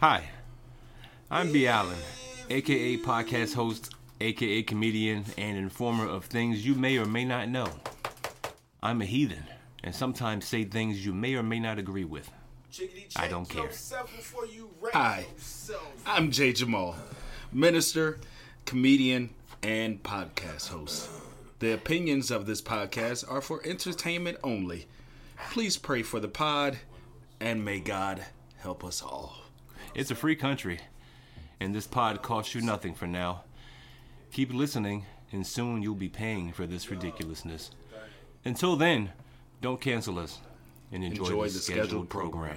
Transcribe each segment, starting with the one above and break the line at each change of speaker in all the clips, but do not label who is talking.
Hi, I'm B. Allen, aka podcast host, aka comedian, and informer of things you may or may not know. I'm a heathen, and sometimes say things you may or may not agree with. I don't care.
Hi. I'm Jay Jamal, minister, comedian, and podcast host. The opinions of this podcast are for entertainment only. Please pray for the pod, and may God help us all.
It's a free country, and this pod costs you nothing for now. Keep listening, and soon you'll be paying for this ridiculousness. Until then, don't cancel us and enjoy,
Enjoy
the, scheduled, program.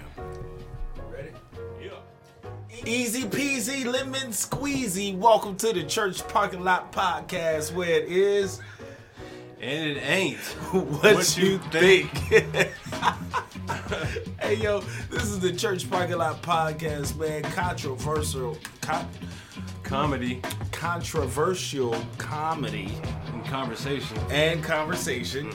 Easy peasy, lemon squeezy. Welcome to the Church Parking Lot Podcast, where it is
And it ain't.
what, you
you
think. hey, yo, this is the Church Parking Lot Podcast, man. Controversial, con-
Comedy
controversial comedy
and conversation.
and conversation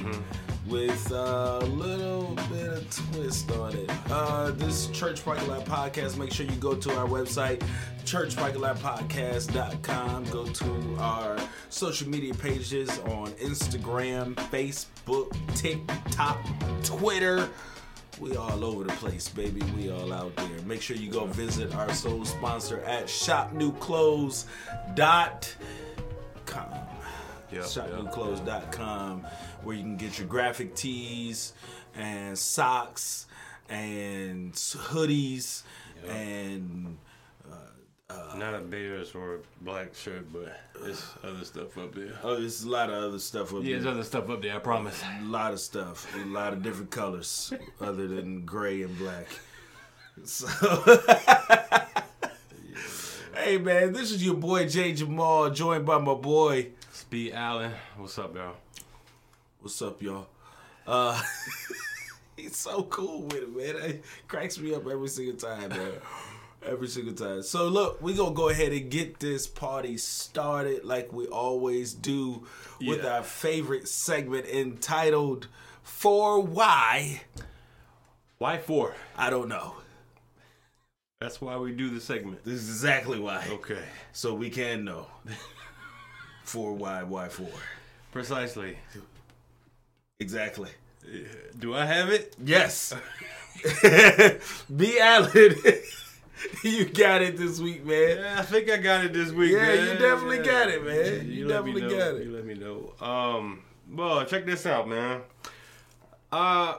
with a little bit of twist on it. Uh, this Church Parking Lot Podcast, make sure you go to our website, churchparkinglotpodcast.com. Go to our social media pages on Instagram, Facebook, TikTok, Twitter. We all over the place, baby. We all out there. Make sure you go visit our sole sponsor at shopnewclothes.com.
Yeah,
ShopNewClothes.com, where you can get your graphic tees and socks and s- hoodies and
Not a bears or a black shirt, but there's other stuff up there.
oh, there's a lot of other stuff up
Yeah, there's
there.
other stuff up there, I promise.
A lot of stuff, a lot of different colors other than gray and black. So, hey man, this is your boy Jay Jamal, joined by my boy.
Speed Allen, what's up, y'all?
What's up, y'all? Uh, he's so cool with it, man. It cracks me up every single time, man. Every single time. So look, we gonna go ahead and get this party started like we always do with
Yeah.
our favorite segment entitled "For Why
Why four?
I Don't Know."
That's why we do the segment.
This is exactly why.
Okay.
So we can know. for why? Why for?
Precisely.
Exactly.
Do I have it?
Yes. B. Allen, you got it this week, man.
Yeah, I think I got it this week.
Yeah, you
man.
definitely got it, man. You
let me
definitely
know.
got it.
You let me know. Um, well, check this out, man. Uh,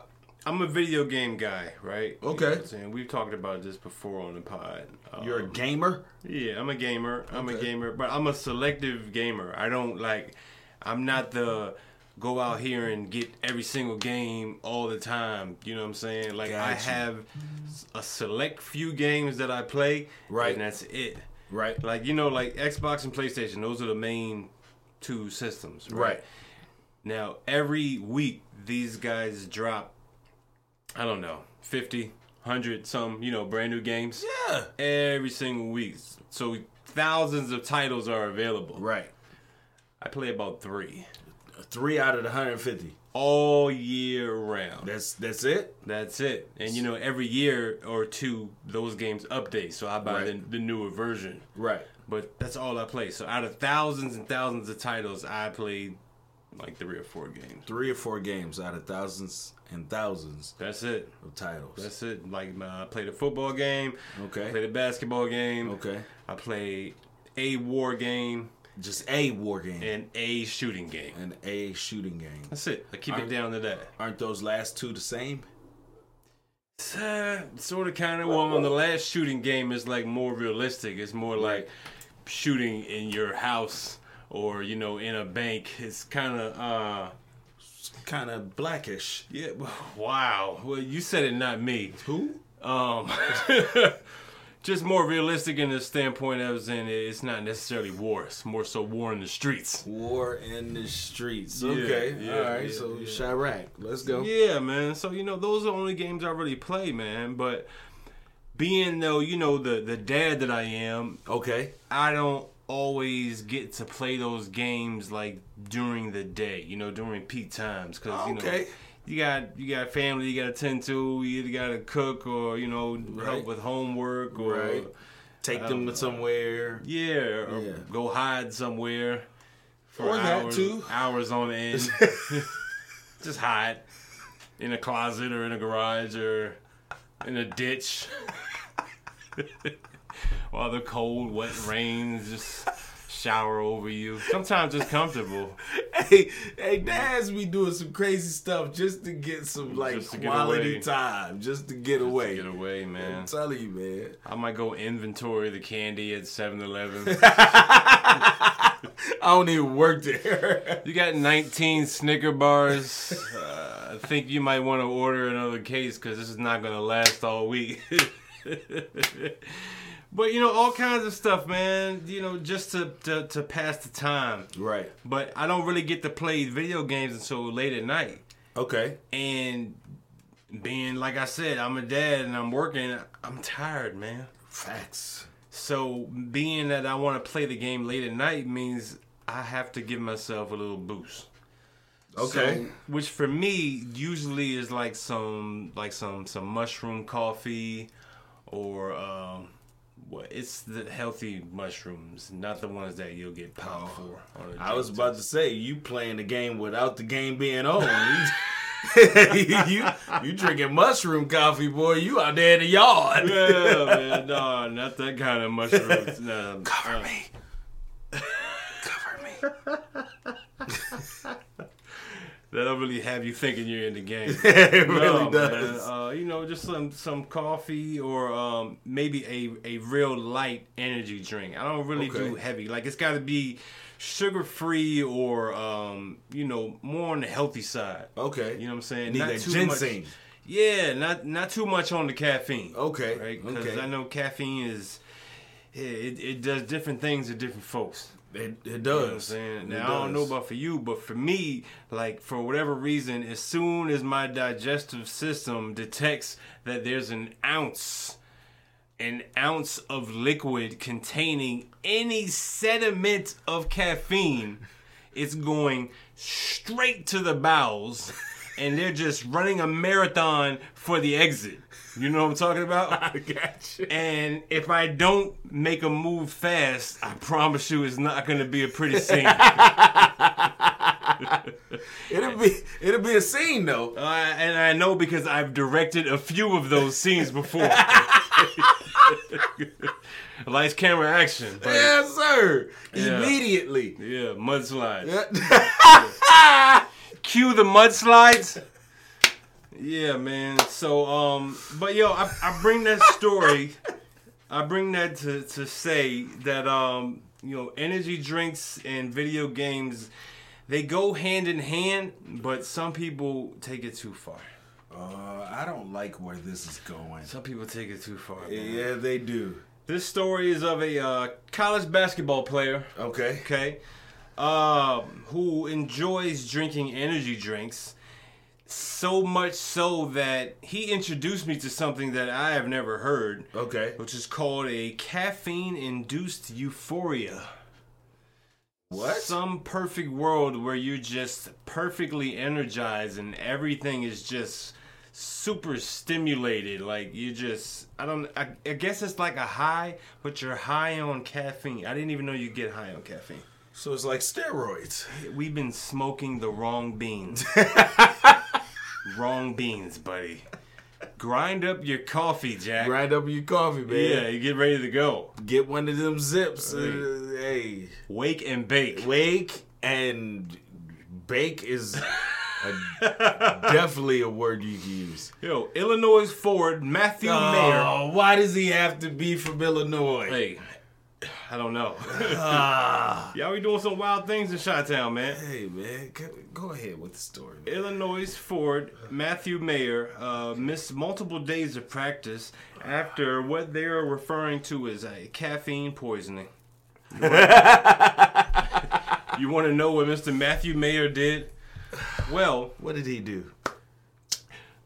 I'm a video game guy, right? You know
Okay.
what I'm saying? We've talked about this before on the pod. Um,
You're a gamer?
Yeah, I'm a gamer. I'm a
Okay.
gamer, but I'm a selective gamer. I don't like. I'm not the go out here and get every single game all the time. You know what I'm saying? Like I
Gotcha.
have s- a select few games that I play,
Right.
And that's it.
Right.
Like you know, like Xbox and PlayStation. Those are the main two systems, right?
Right.
Now every week these guys drop. I don't know, 50, 100, some you know brand new games
Yeah.
every single week. So thousands of titles are available.
Right.
I play about three
Three out of the 150.
all year round.
That's that's it?
That's it. And you know, every year or two, those games update. So I buy
Right.
the, the newer version.
Right.
But that's all I play. So out of thousands and thousands of titles, I played like three or four games.
Three or four games out of thousands and thousands
That's it.
of titles.
That's it. Like uh, I played a football game.
Okay.
I played a basketball game.
okay.
I played a war game
Just a war game
and a shooting game.
and a shooting game.
That's it. I keep it
Alright.
down to that.
Aren't those last two the same?
uh, sort of, kind of. Well, on the last shooting game, it's like more realistic. It's more like shooting in your house or you know in a bank. It's kind of uh
Kind of blackish.
yeah. Wow. Well, you said it, not me.
Who?
Um, just more realistic in the standpoint of in it's not necessarily war. It's more so war in the streets.
War in the streets.
Yeah,
okay.
yeah,
All right.
yeah,
so
yeah.
Chirac. Let's go.
Yeah, man. So you know, those are the only games I really play, man. But being though, you know, the the dad that I am,
Okay.
I don't always get to play those games like during the day, you know, during peak times, because you know
Okay.
you got you got family you got to tend to. You either got to cook or you know
Right.
help with homework or
Right. Take them somewhere.
yeah, or
Yeah.
go hide somewhere for
Or that,
hours,
too.
hours on end. Just hide in a closet or in a garage or in a ditch while the cold, wet rains just shower over you. Sometimes it's comfortable.
Hey, hey, dads be doing some crazy stuff just to get some like
Just to get
quality
away.
time, just to get away.
Get away, man.
I'm telling you, man.
I might go inventory the candy at 7 Eleven.
I don't even work there.
You got 19 Snicker bars. Uh, I think you might want to order another case because this is not going to last all week. but, you know, all kinds of stuff, man. You know, just to, to, to pass the time.
right.
But I don't really get to play video games until late at night.
Okay.
And being, like I said, I'm a dad and I'm working, I'm tired, man.
Facts.
So being that I want to play the game late at night means I have to give myself a little boost.
Okay.
So, which for me usually is like some like some some mushroom coffee, or um, what? It's the healthy mushrooms, not the ones that you'll get popped for. on a
Oh, I
drug
was
test.
about to say you playing the game without the game being on. you, you you drinking mushroom coffee, boy. You out there in the yard.
Yeah, man, no, not that kind of mushrooms. No,
Cover me. Cover me.
that'll really have you thinking you're in the game.
it really
No,
does.
man. Uh, you know, just some some coffee or um, maybe a a real light energy drink. I don't really do
Okay.
heavy. Like it's got to be sugar free or um, you know more on the healthy side.
Okay.
You know what I'm saying?
Need that ginseng.
Much, yeah, not not too much on the caffeine.
Okay,
Right? Because
okay.
I know caffeine is it, it, it does different things to different folks.
It, it
You know what I'm
does.
saying?
It
Now, I don't know
does.
about for you, but for me, like, for whatever reason, as soon as my digestive system detects that there's an ounce, an ounce of liquid containing any sediment of caffeine, it's going straight to the bowels, and they're just running a marathon for the exit. You know what I'm talking about?
I got you.
And if I don't make a move fast, I promise you it's not going to be a pretty scene. Uh,
It'll be it'll be a scene though.
I and I know because I've directed a few of those scenes before. Lights, camera, action. But yeah,
Yes, sir.
Yeah.
Immediately.
mudslides.
Yeah.
Cue the mudslides. Yeah, man. So, um, but yo, I, I bring that story. I bring that to, to say that, um, you know, energy drinks and video games, they go hand in hand, but some people take it too far.
Uh, I don't like where this is going.
Some people take it too far. man.
Yeah, they do.
This story is of a uh, college basketball player,
Okay.
okay, um, who enjoys drinking energy drinks so much so that he introduced me to something that I have never heard,
Okay.
which is called a caffeine induced euphoria.
What?
Some perfect world where you're just perfectly energized and everything is just super stimulated. Like you just, I don't, I, I guess it's like a high, but you're high on caffeine. I didn't even know you get high on caffeine.
So it's like steroids.
We've been smoking the wrong beans. wrong beans, buddy. Grind up your coffee, Jack.
Grind up your coffee, man.
Yeah, you get ready to go.
Get one of them zips. uh,
Right.
hey,
Wake and bake.
wake and bake is a, definitely a word you can use.
Yo, Illinois Ford Matthew Mayer.
Oh, why does he have to be from Illinois?
Hey, I don't know. Y'all be doing some wild things in Chi-Town, man.
Ah. Hey, man, go- go ahead with the story. Man.
Illinois Ford Matthew Mayer uh, missed multiple days of practice after what they are referring to as a caffeine poisoning. you want to know what Mr. Matthew Mayer did? Well,
What did he do?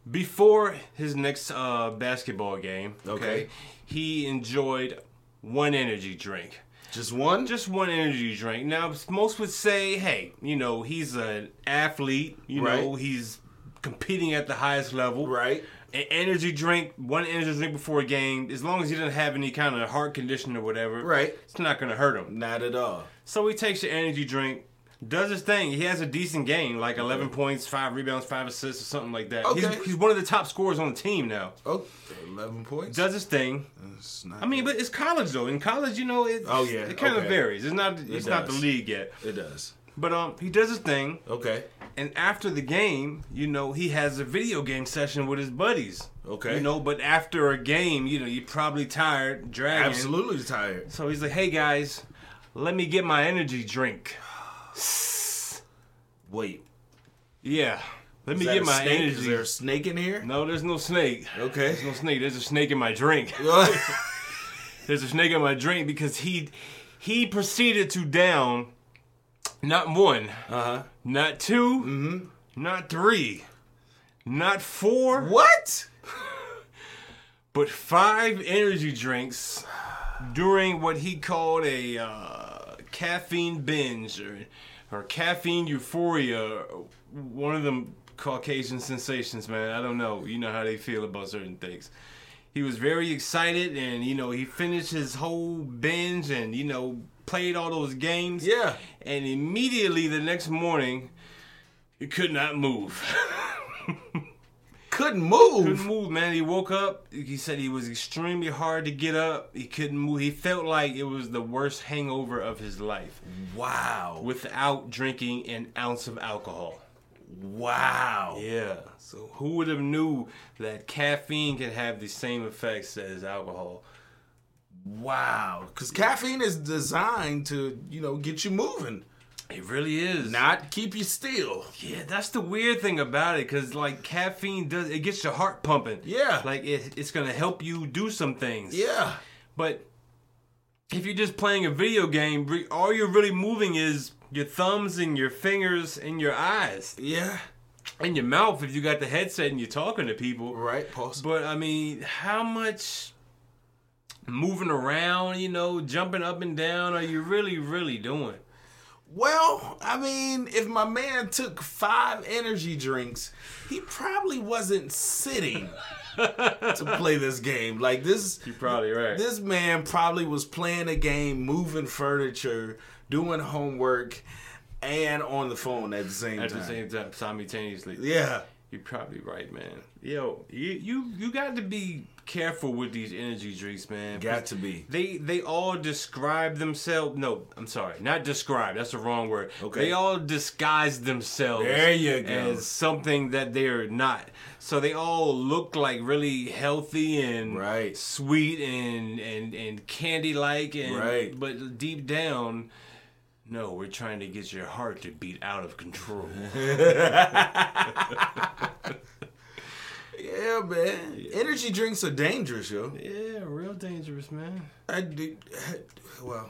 before his next uh, basketball game,
Okay.
he enjoyed one energy drink.
Just one?
Just one energy drink. Now, most would say, hey, you know, he's an athlete. You know,
Right.
he's competing at the highest level.
Right.
An energy drink, one energy drink before a game, as long as he doesn't have any kind of heart condition or whatever,
Right.
it's not going to hurt him.
Not at all.
So he takes the energy drink, does his thing. He has a decent game, like 11 points, 5 rebounds, 5 assists, or something like that.
Okay.
He's, he's one of the top scorers on the team now.
Oh, 11 points.
Does his thing.
That's not
I mean,
good.
but it's college though. In college, you know, it
Oh, yeah.
it kind
Okay.
of varies. It's not it's not the
does.
league yet.
it does.
But um, he does his thing,
Okay.
and after the game, you know, he has a video game session with his buddies.
Okay.
You know, but after a game, you know, you're probably tired, dragging.
Absolutely tired.
So he's like, "Hey guys, let me get my energy drink."
Wait.
Yeah. Let me
Is that
get
a
my
snake? Is
energy.
there a snake in here?
No, there's no snake.
Okay.
There's no snake. There's a snake in my drink.
Uh-huh.
There's a snake in my drink because he he proceeded to down not one,
uh-huh.
not 2 not three, not four,
What?
but five energy drinks during what he called a uh, caffeine binge or, or caffeine euphoria. or One of them Caucasian sensations, man. I don't know. You know how they feel about certain things. He was very excited, and you know he finished his whole binge, and you know played all those games.
Yeah.
And immediately the next morning, he could not move.
Couldn't move.
couldn't move, man. He woke up. He said he was extremely hard to get up. He couldn't move. He felt like it was the worst hangover of his life
Wow.
without drinking an ounce of alcohol.
Wow.
Yeah. So who would have knew that caffeine can have the same effects as alcohol?
Wow. Because caffeine is designed to, you know, get you moving,
It really is.
not keep you still.
Yeah, that's the weird thing about it, cause like caffeine does it gets your heart pumping.
Yeah.
Like it, it's gonna help you do some things.
Yeah.
But if you're just playing a video game, re- all you're really moving is your thumbs and your fingers and your eyes
Yeah.
and your mouth if you got the headset and you're talking to people.
Right, pause.
But I mean, how much moving around, you know, jumping up and down are you really, really doing?
Well, I mean, if my man took five energy drinks, he probably wasn't sitting to play this game. Like this
You're probably right.
this man probably was playing a game, moving furniture, doing homework, and on the phone at the same
At
time.
the same time, simultaneously.
yeah.
You're probably right, man. Yo, you you, you got to be careful with these energy drinks, man.
Got to be.
They they all describe themselves. No, I'm sorry, not describe. That's the wrong word.
Okay.
They all disguise themselves.
There you go.
As something that they are not. So they all look like really healthy and
Right.
sweet and and and candy like and
Right.
But deep down. No, we're trying to get your heart to beat out of control.
Yeah, man. Energy drinks are dangerous, yo.
yeah, real dangerous, man.
I do, well,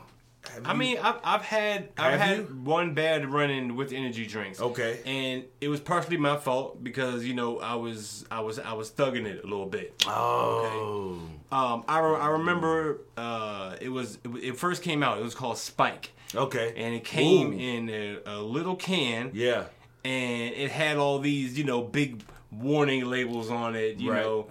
have
I
you-
mean, I've, I've had I've
Have
had
you?
one bad run in with energy drinks.
Okay.
and it was partially my fault because you know I was I was I was thugging it a little bit.
oh,
Um, I, re- I remember uh, it was it, w- it first came out. It was called Spike,
okay,
and it came
Ooh.
in a, a little can.
Yeah,
and it had all these you know big warning labels on it. You
Right.
know.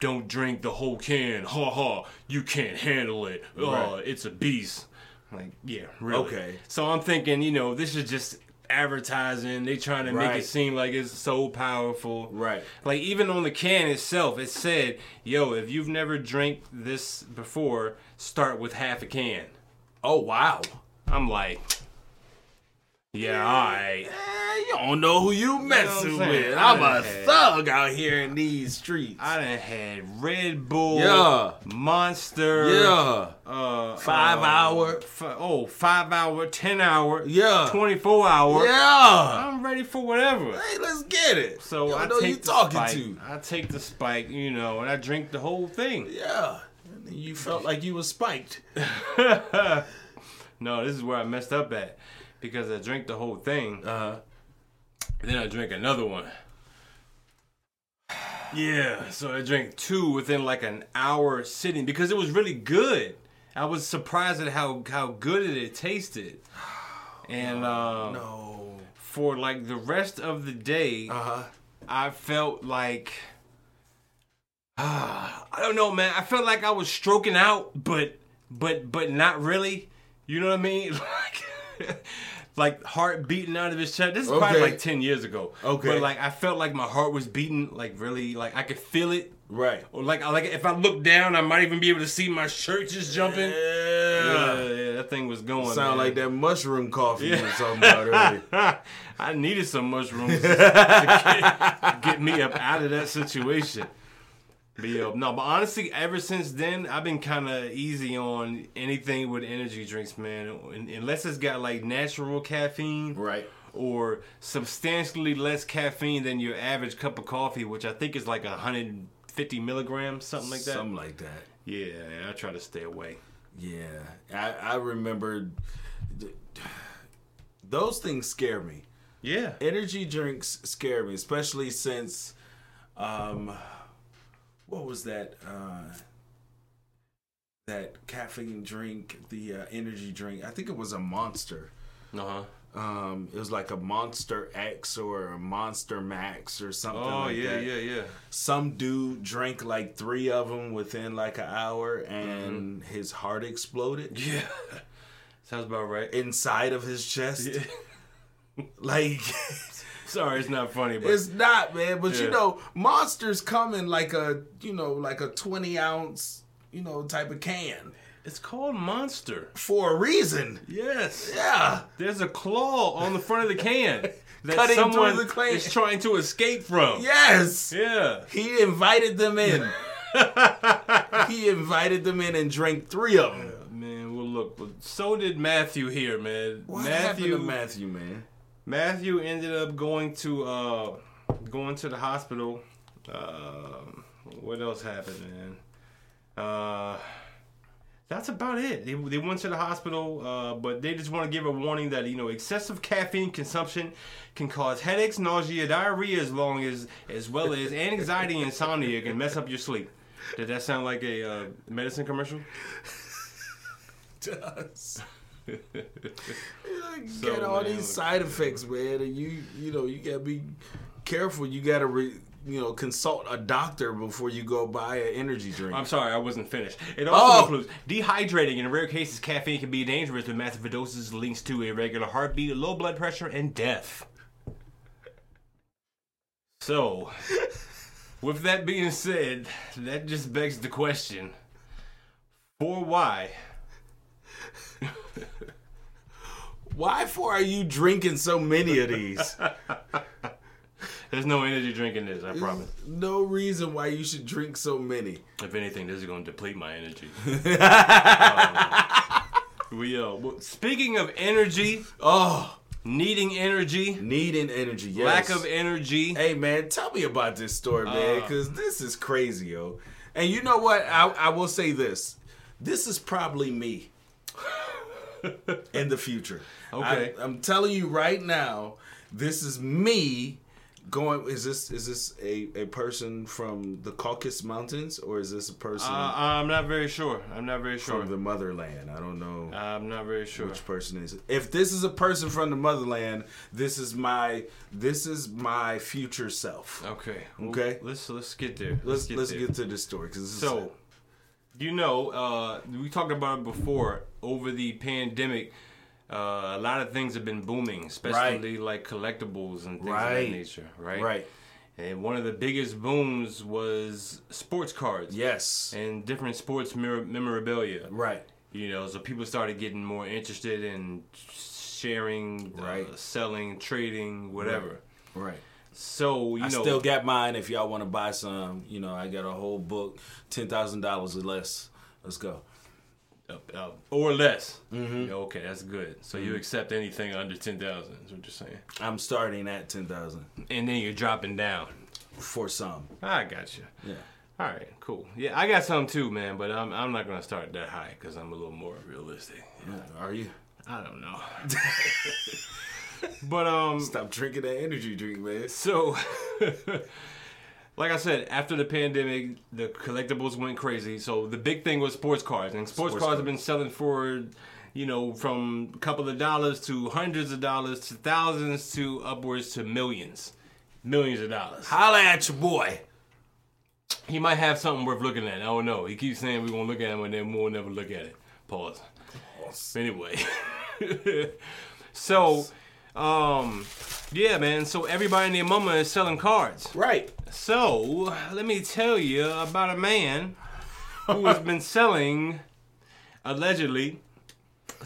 Don't drink the whole can. Ha ha. You can't handle it. Oh,
Right.
it's a beast. Like, yeah, really.
Okay.
So I'm thinking, you know, this is just advertising. They trying to make
Right.
it seem like it's so powerful.
Right.
Like even on the can itself, it said, "Yo, if you've never drank this before, start with half a can."
Oh wow.
I'm like, yeah, all right.
Eh, you don't know who you messing
what I'm saying?
with.
I
I'm a
done had-
thug out here in these streets.
I done had Red Bull,
Yeah.
Monster,
yeah,
uh,
Five
uh,
hour.
fi- oh, five hour, ten hour,
Yeah.
twenty four hour.
yeah.
I'm ready for whatever.
Hey, let's get it.
So
you
I
don't know
take
you
the
talking
spike.
to.
I take the spike, you know, and I drink the whole thing.
Yeah, And you felt like you was spiked.
No, this is where I messed up at because I drink the whole thing,
Uh,
and then I drink another one. Yeah, so I drank two within like an hour sitting because it was really good. I was surprised at how how good it, it tasted, and um,
no.
for like the rest of the day,
Uh huh.
I felt like I don't know, man. I felt like I was stroking out, but but but not really. You know what I mean? Like like heart beating out of his chest. This is probably
Okay.
like ten years ago.
Okay.
but like I felt like my heart was beating like really like I could feel it.
Right.
Or like I like if I look down, I might even be able to see my shirt just jumping. Yeah,
Yeah.
yeah that thing was going.
Sound
man.
like that mushroom coffee you were talking about earlier.
I needed some mushrooms to get, get me up out of that situation. But yo, no, but honestly, ever since then, I've been kind of easy on anything with energy drinks, man. Un- Unless it's got like natural caffeine,
Right.
or substantially less caffeine than your average cup of coffee, which I think is like 150 milligrams, something like that.
Something like that.
Yeah, I try to stay away.
Yeah, I, I remember th- those things scare me.
Yeah,
Energy drinks scare me, especially since, um, what was that? Uh, that caffeine drink, the uh, energy drink. I think it was a monster.
uh huh.
Um, it was like a Monster X or a Monster Max or something.
Oh
like
yeah,
that
yeah, yeah.
some dude drank like three of them within like an hour and
Mm-hmm.
his heart exploded
Yeah, sounds about right.
inside of his chest like
Sorry, it's not funny, but
it's not man but you
Yeah.
know monsters come in like a you know like a 20 ounce you know type of can
It's called Monster.
for a reason
Yes.
yeah
There's a claw on the front of the can that
Cutting through
someone
the can.
is trying to escape from.
yes
Yeah.
he invited them in he invited them in and drank three of them
Man, well, look. but So did Matthew here, man.
what happened
Matthew.
to matthew man
Matthew ended up going to uh, going to the hospital. Um what else happened, man? Uh, that's about it. They, they went to the hospital, uh, but they just want to give a warning that you know excessive caffeine consumption can cause headaches, nausea, diarrhea, as long as as well as anxiety, and insomnia can mess up your sleep. Did that sound like a uh, medicine commercial?
does. get
So,
all
man,
these side effects, man, and you you know you gotta be careful. You gotta re, you know consult a doctor before you go buy an energy drink.
I'm sorry, I wasn't finished. It also
Oh.
includes dehydrating. In rare cases, caffeine can be dangerous with massive doses, links to irregular heartbeat, low blood pressure, and death. So, with that being said, that just begs the question: For why?
Why for are you drinking so many of these?
There's no energy drink in this. I promise.
no reason why you should drink so many.
If anything, this is going to deplete my energy. um, we uh, well, speaking of energy,
Oh,
needing energy.
needing energy. Yes.
Lack of energy.
Hey man, tell me about this story, man,
Uh.
because this is crazy, yo. And you know what? I, I will say this: this is probably me in the future.
Okay.
I, am telling you right now, this is me going. Is this is this a, a person from the Caucasus Mountains or is this a person
Uh, I'm not very sure. I'm not very sure.
from the motherland? I don't know
I'm not very sure.
which person is it. If this is a person from the motherland, this is my this is my future self.
Okay. well,
Okay.
let's let's get there.
Let's let's
there.
get to this story because
so. You know, uh, we talked about it before. Over the pandemic, uh, a lot of things have been booming, especially like collectibles and things of
Right.
that nature, right?
right.
And one of the biggest booms was sports cards.
Yes.
And different sports mer- memorabilia.
Right.
you know so people started getting more interested in sharing right
Right.
selling trading whatever
Right.
so you
I
know
still got mine. If y'all want to buy some, you know, I got a whole book, ten thousand dollars or less. Let's go.
uh, uh, or less
Mm-hmm.
Yeah, okay that's good so you accept anything under 10000 is what you're saying
I'm starting at ten thousand
and then you're dropping down
for some.
i got you
Yeah.
all right cool yeah i got some too man but i'm, I'm not gonna start that high because i'm a little more realistic
Are you?
i don't know but um
Stop drinking that energy drink, man.
So, like I said, after the pandemic, the collectibles went crazy. So the big thing was sports cards, and sports,
Sports
cards have been selling for, you know, from a couple of dollars to hundreds of dollars to thousands to upwards to millions. millions of dollars.
Holla at your boy.
He might have something worth looking at. I don't know. He keeps saying we're gonna look at him, and then we'll never look at it. Pause. Anyway, so, um, yeah, man. So everybody and their mama is selling cards.
Right.
So let me tell you about a man who has been selling, allegedly,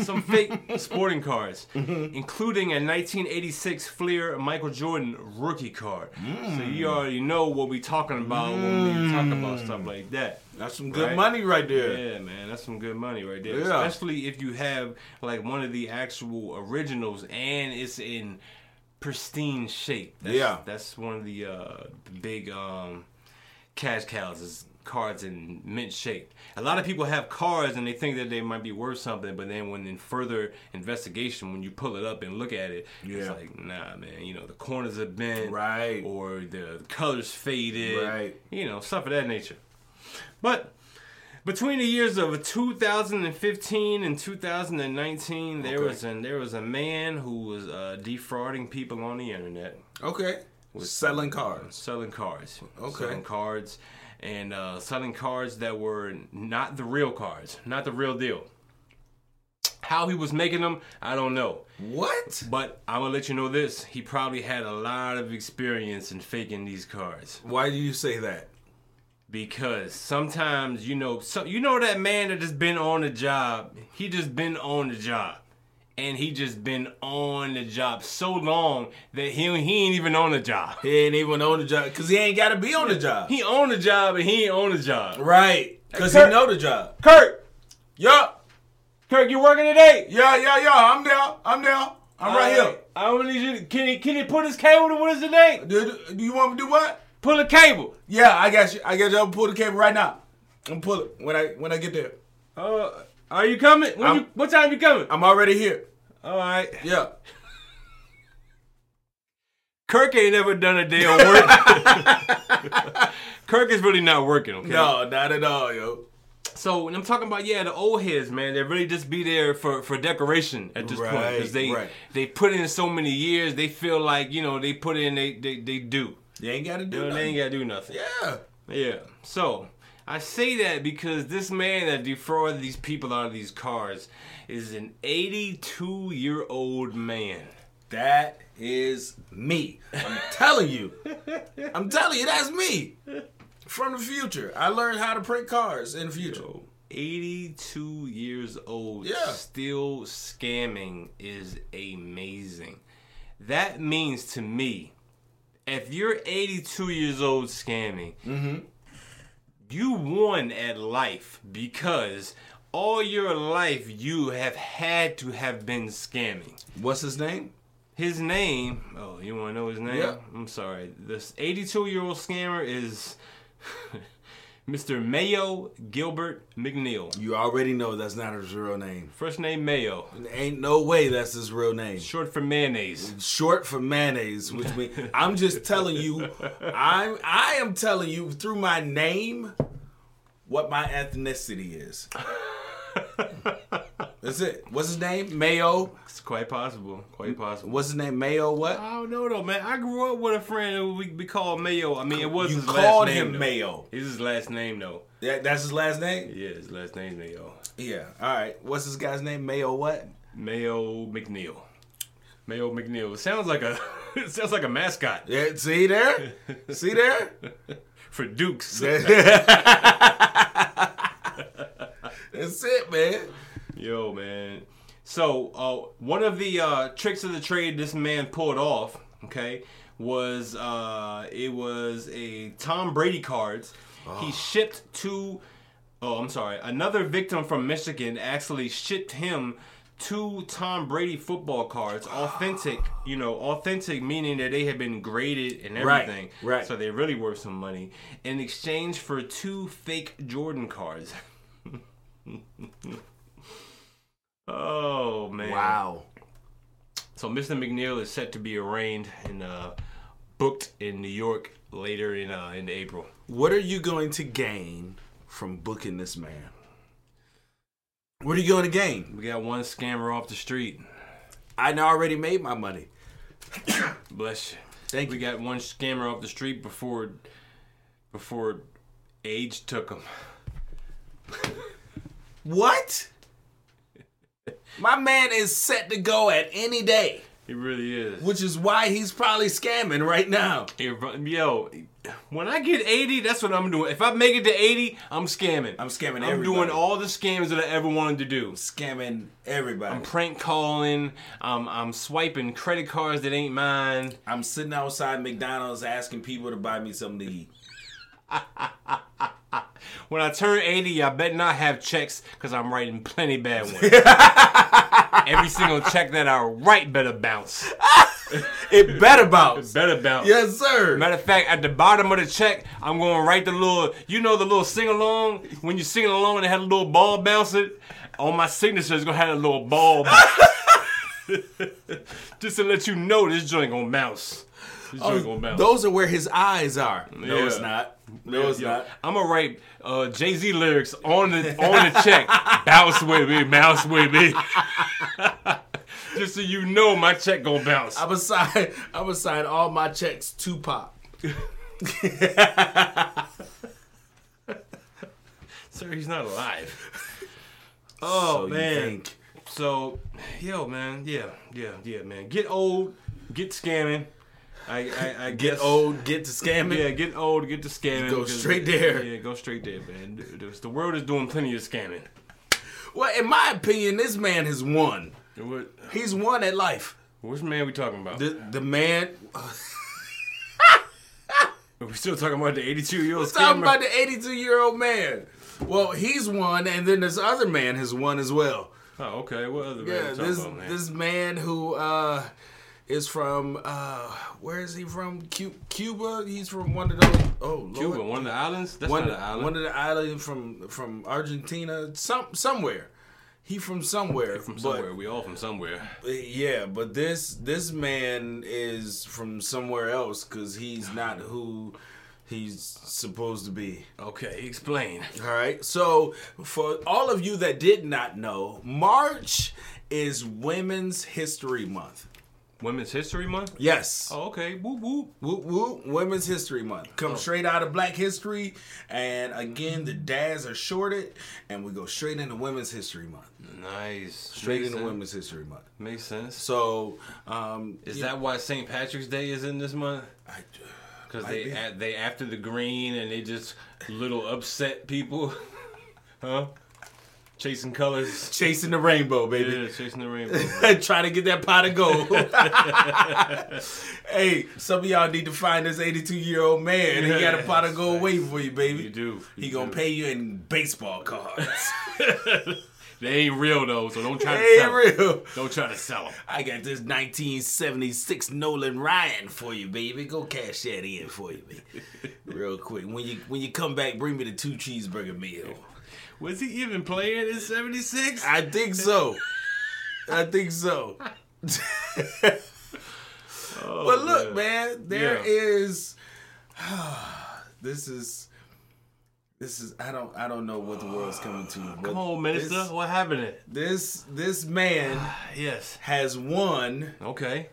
some fake sporting cards, including a 1986 Fleer Michael Jordan rookie card. So you already know what we're talking about when we talk about stuff like that.
That's some good
Right.
money right there.
Yeah, man, that's some good money right there.
Yeah.
Especially if you have like one of the actual originals and it's in pristine shape. That's,
Yeah.
that's one of the uh, big um, cash cows is cards in mint shape. A lot of people have cards and they think that they might be worth something, but then when in further investigation, when you pull it up and look at it, it's
Yeah.
like nah, man. You know the corners are bent,
Right.
or the colors faded,
Right.
You know stuff of that nature. But between the years of 2015 and 2019, there
Okay.
was an there was a man who was uh, defrauding people on the internet,
Okay. Selling cards.
selling cards,
Okay.
selling cards, and uh, selling cards that were not the real cards, not the real deal. How he was making them, I don't know.
What?
But I'm gonna let you know this: he probably had a lot of experience in faking these cards
Why do you say that?
because sometimes you know, so you know that man that just been on the job. He just been on the job, and he just been on the job so long that he he ain't even on the job.
He ain't even on the job because he ain't got to be on the job.
He on the job and he ain't on the job.
Right. Because he
Kurt-
know the job.
Kirk,
Yup.
Kirk, you working today?
Yeah, yeah, yeah. I'm down. I'm down. I'm right here.
I don't need you. To, can he can he put his cable to what is today?
Do, do you want me to do what?
Pull a cable.
Yeah, I got you. I got you. I'm pull the cable right now. I'm pull it when I when I get there.
Uh, are you coming? When you,
I'm-
what time you coming?
I'm already here.
All right.
Yeah.
Kirk ain't never done a day of work. Kirk is really not working, okay?
No, not at all, yo.
So when I'm talking about yeah, the old heads, man, they really just be there for, for decoration at this point. 'Cause
Right,
they
right.
they put in so many years, they feel like you know they put in they they, they do.
You ain't got to
You
do
know, they
nothing.
ain't gotta do nothing.
yeah.
Yeah. So I say that because this man that defrauded these people out of these cars is an 82 year old man.
That is me. I'm telling you. I'm telling you, that's me. From the future. I learned how to print cards in the future.
82 years old,
Yeah.
still scamming is amazing. That means to me, if you're 82 years old scamming,
Mm-hmm.
you won at life because all your life you have had to have been scamming.
What's his name?
His name, oh, you want to know his name?
Yeah.
I'm sorry. This 82 year old scammer is Mr. Mayo Gilbert McNeil.
You already know that's not his real name.
First name Mayo,
Ain't no way that's his real name.
short for mayonnaise.
Short for mayonnaise, which means I'm just telling you, I'm I am telling you through my name what my ethnicity is. That's it. What's his name? Mayo.
It's quite possible. Quite possible.
What's his name? Mayo. What?
I don't know though, man. I grew up with a friend who we, we called Mayo. I mean, it was
You
his last
called
name.
him
though.
Mayo.
It's his last name though.
That, that's his last name?
Yeah, his last name Mayo.
Yeah. All right. What's this guy's name? Mayo what?
Mayo McNeil. Mayo McNeil. It sounds like a it sounds like a mascot
Yeah, see there? see there?
for Dukes.
That's it, man.
Yo, man. So, uh, one of the uh, tricks of the trade this man pulled off, okay, was uh, it was a Tom Brady cards.
Ah.
He shipped to, oh, I'm sorry, another victim from Michigan actually shipped him two Tom Brady football cards,
Ah.
authentic, you know, authentic meaning that they had been graded and
Right,
everything.
right.
So they really worth some money in exchange for two fake Jordan cards. Oh man!
Wow.
So Mr. McNeil is set to be arraigned and uh, booked in New York later in uh, in April.
What are you going to gain from booking this man? What are you going to gain?
We got one scammer off the street.
I already made my money.
Bless you.
Thank
We
you.
got one scammer off the street before before age took him.
What? My man is set to go at any day,
It really is.
which is why he's probably scamming right now.
It ru- Yo, when I get 80, that's what I'm doing. If I make it to 80, I'm scamming.
I'm scamming
I'm doing
everybody.
all the scams that I ever wanted to do.
Scamming everybody.
I'm prank calling. I'm, I'm swiping credit cards that ain't mine.
I'm sitting outside McDonald's asking people to buy me something to eat.
When I turn 80, I bet not have checks because I'm writing plenty bad ones. Every single check that I write better bounce.
It better bounce.
Better bounce.
Yes, sir.
Matter of fact, at the bottom of the check, I'm going to write the little, you know, the little sing along. When you sing along and it had a little ball bouncing, on my signature it's going to have a little ball. bounce. Just to let you know this joint going to bounce. This joint going to bounce.
Those are where his eyes are. No,
Yeah.
it's not. No, it's not.
I'm gonna write uh, Jay Z lyrics on the on the check. bounce with me, bounce with me. Just so you know, my check gonna bounce.
I'm gonna sign. I'm gonna sign all my checks Tupac.
Sir, he's not alive. Oh
you
man.
think.
So, yo, man, yeah, yeah, yeah, man. Get old, get scamming. I, I, I
Get
guess-
old. Get to scamming.
Yeah, get old, get to scamming.
Go
because-
straight there.
Yeah, go straight there, man. The- The the world is doing plenty of scamming.
Well, in my opinion, this man has won.
What,
He's won at life.
which man we talking about?
The the man.
Are we still talking about the 82 year old
Talking
scammer?
about the 82 year old man. Well, he's won, and then this other man has won as well.
oh, okay. What other man
Yeah,
we talking
this
about, man?
this man who uh, is from uh, where is he from? Cu- Cuba. He's from one of those. Oh, Lord.
Cuba, one of the islands? That's
One,
not an island.
one of the islands from from Argentina. Some somewhere. He from somewhere.
from
but-
somewhere. we all from somewhere.
Yeah, but this this man is from somewhere else because he's not who he's supposed to be.
Okay, explain.
All right. So for all of you that did not know, March is Women's History Month.
Women's History Month?
Yes.
Oh, okay. Whoop, whoop.
Woo woo, Women's History Month.
Oh.
Come straight out of Black History, and again the dads are shorted, and we go straight into Women's History Month.
Nice.
Straight
Makes
into
sense.
Women's History Month.
Makes sense.
So, um,
Is that why St. Patrick's Day is in this month?
I,
Because
Might
they
be.
a they after the green and they just little upset people, huh? Chasing colors.
chasing the rainbow, baby?
Yeah, chasing the rainbow.
trying to get that pot of gold. hey, some of y'all need to find this 82 year old man. He got a pot of gold waiting for you, baby.
You do.
He
You
gonna
do.
pay you in baseball cards.
they ain't real though, so don't try to
hey,
sell. 'em.
real.
Don't try to sell them.
I got this 1976 Nolan Ryan for you, baby. Go cash that in for you, baby. Real quick. When you when you come back, bring me the two cheeseburger meal.
Was he even playing in '76?
I think so. I think so. but look, man, there
Oh, Yeah.
is. this is. This is. I don't. I don't know what the world's coming to. but
Come on, minister.
This,
What happened?
this this man
Yes.
has won
Okay.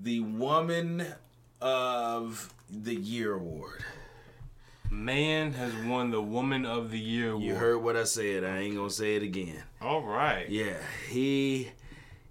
the Woman of the Year award.
Man has won the Woman of the Year award.
You heard what I said. I ain't gonna say it again.
All right.
Yeah, he,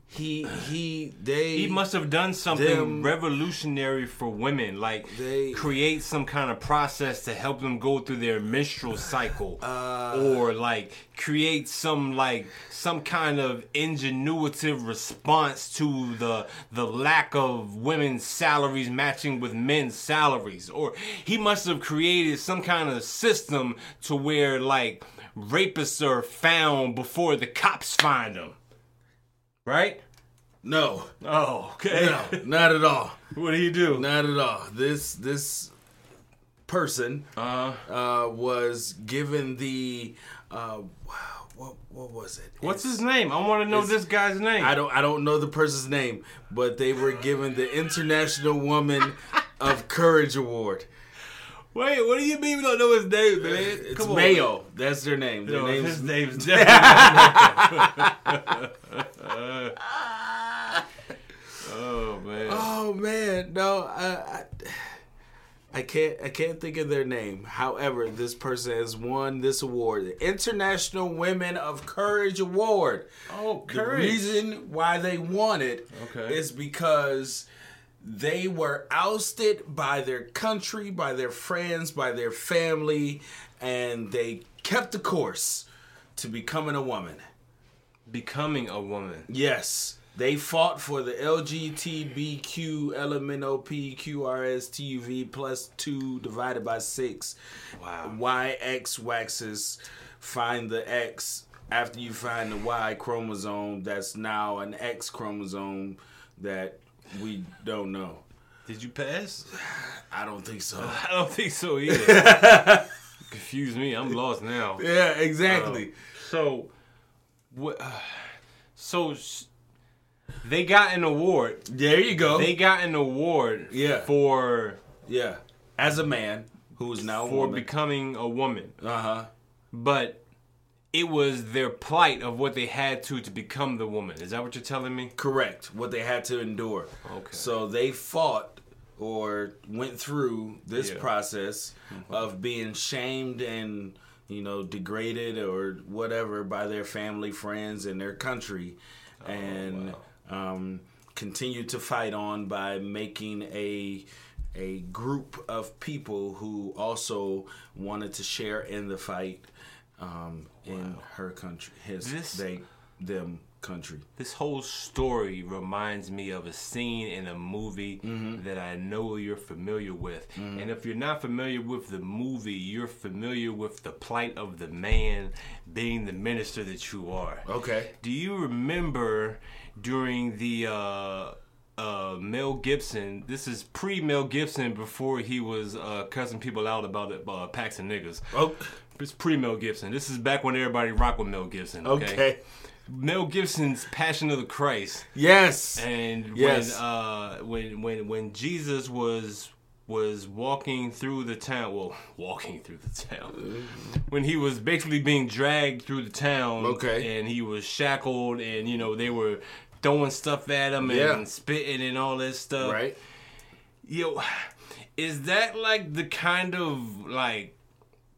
he, he. They.
He must have done something
Them-
revolutionary for women, like
They-
create some kind of process to help them go through their menstrual cycle, or like create some like some kind of ingenuitive response to the the lack of women's salaries matching with men's salaries, or he must have created some kind of system to where like rapists are found before the cops find them, right?
No.
Oh, okay.
No, not at all.
What do you do?
Not at all. This this person
Uh,
uh, was given the uh, what what was it?
what's
It's-
his name? I want to know this guy's name.
I don't I don't know the person's name, but they were given the International Woman of Courage Award.
Wait, what do you mean we don't know his name, man?
It's Mayo. That's their name. Their
No, his name's
name's
definitely. oh man.
Oh Oh man, no, I, I, I can't, I can't think of their name. However, this person has won this award, the International Women of Courage Award.
Oh,
The reason why they won it
Okay.
is because they were ousted by their country, by their friends, by their family, and they kept the course to becoming a woman.
Becoming a woman.
Yes. They fought for the LGBTQ, LMNOP, QRSTUV plus two divided by six.
Wow.
YX waxes. Find the X. After you find the Y chromosome, that's now an X chromosome that we don't know.
Did you pass?
I don't think so.
I don't think so either. Confuse me. I'm lost now.
Yeah, exactly.
So, what? so sh- they got an award.
there you go.
They got an award.
Yeah.
For
yeah. As a man who is now a
for
woman.
becoming a woman,
uh huh.
but it was their plight of what they had to to become the woman. Is that what you're telling me?
Correct. What they had to endure.
Okay.
So they fought or went through this
Yeah.
process of being shamed and you know degraded or whatever by their family, friends, and their country,
Oh,
and um, continued to fight on by making a a group of people who also wanted to share in the fight um, in her country, his
This-
they them country.
This whole story reminds me of a scene in a movie
Mm-hmm.
that I know you're familiar with. And if you're not familiar with the movie, you're familiar with the plight of the man being the minister that you are.
Okay.
Do you remember during the uh, uh, Mel Gibson? This is pre Mel Gibson before he was uh, cussing people out about it, uh, packs and niggas.
Oh,
It's pre Mel Gibson. This is back when everybody rocked with Mel Gibson.
okay.
Mel Gibson's Passion of the Christ,
Yes.
and
Yes.
when uh, when when when Jesus was was walking through the town, well, walking through the town, when he was basically being dragged through the town,
Okay.
and he was shackled, and you know they were throwing stuff at him
Yeah.
and spitting and all that stuff,
right.
Yo, is that like the kind of like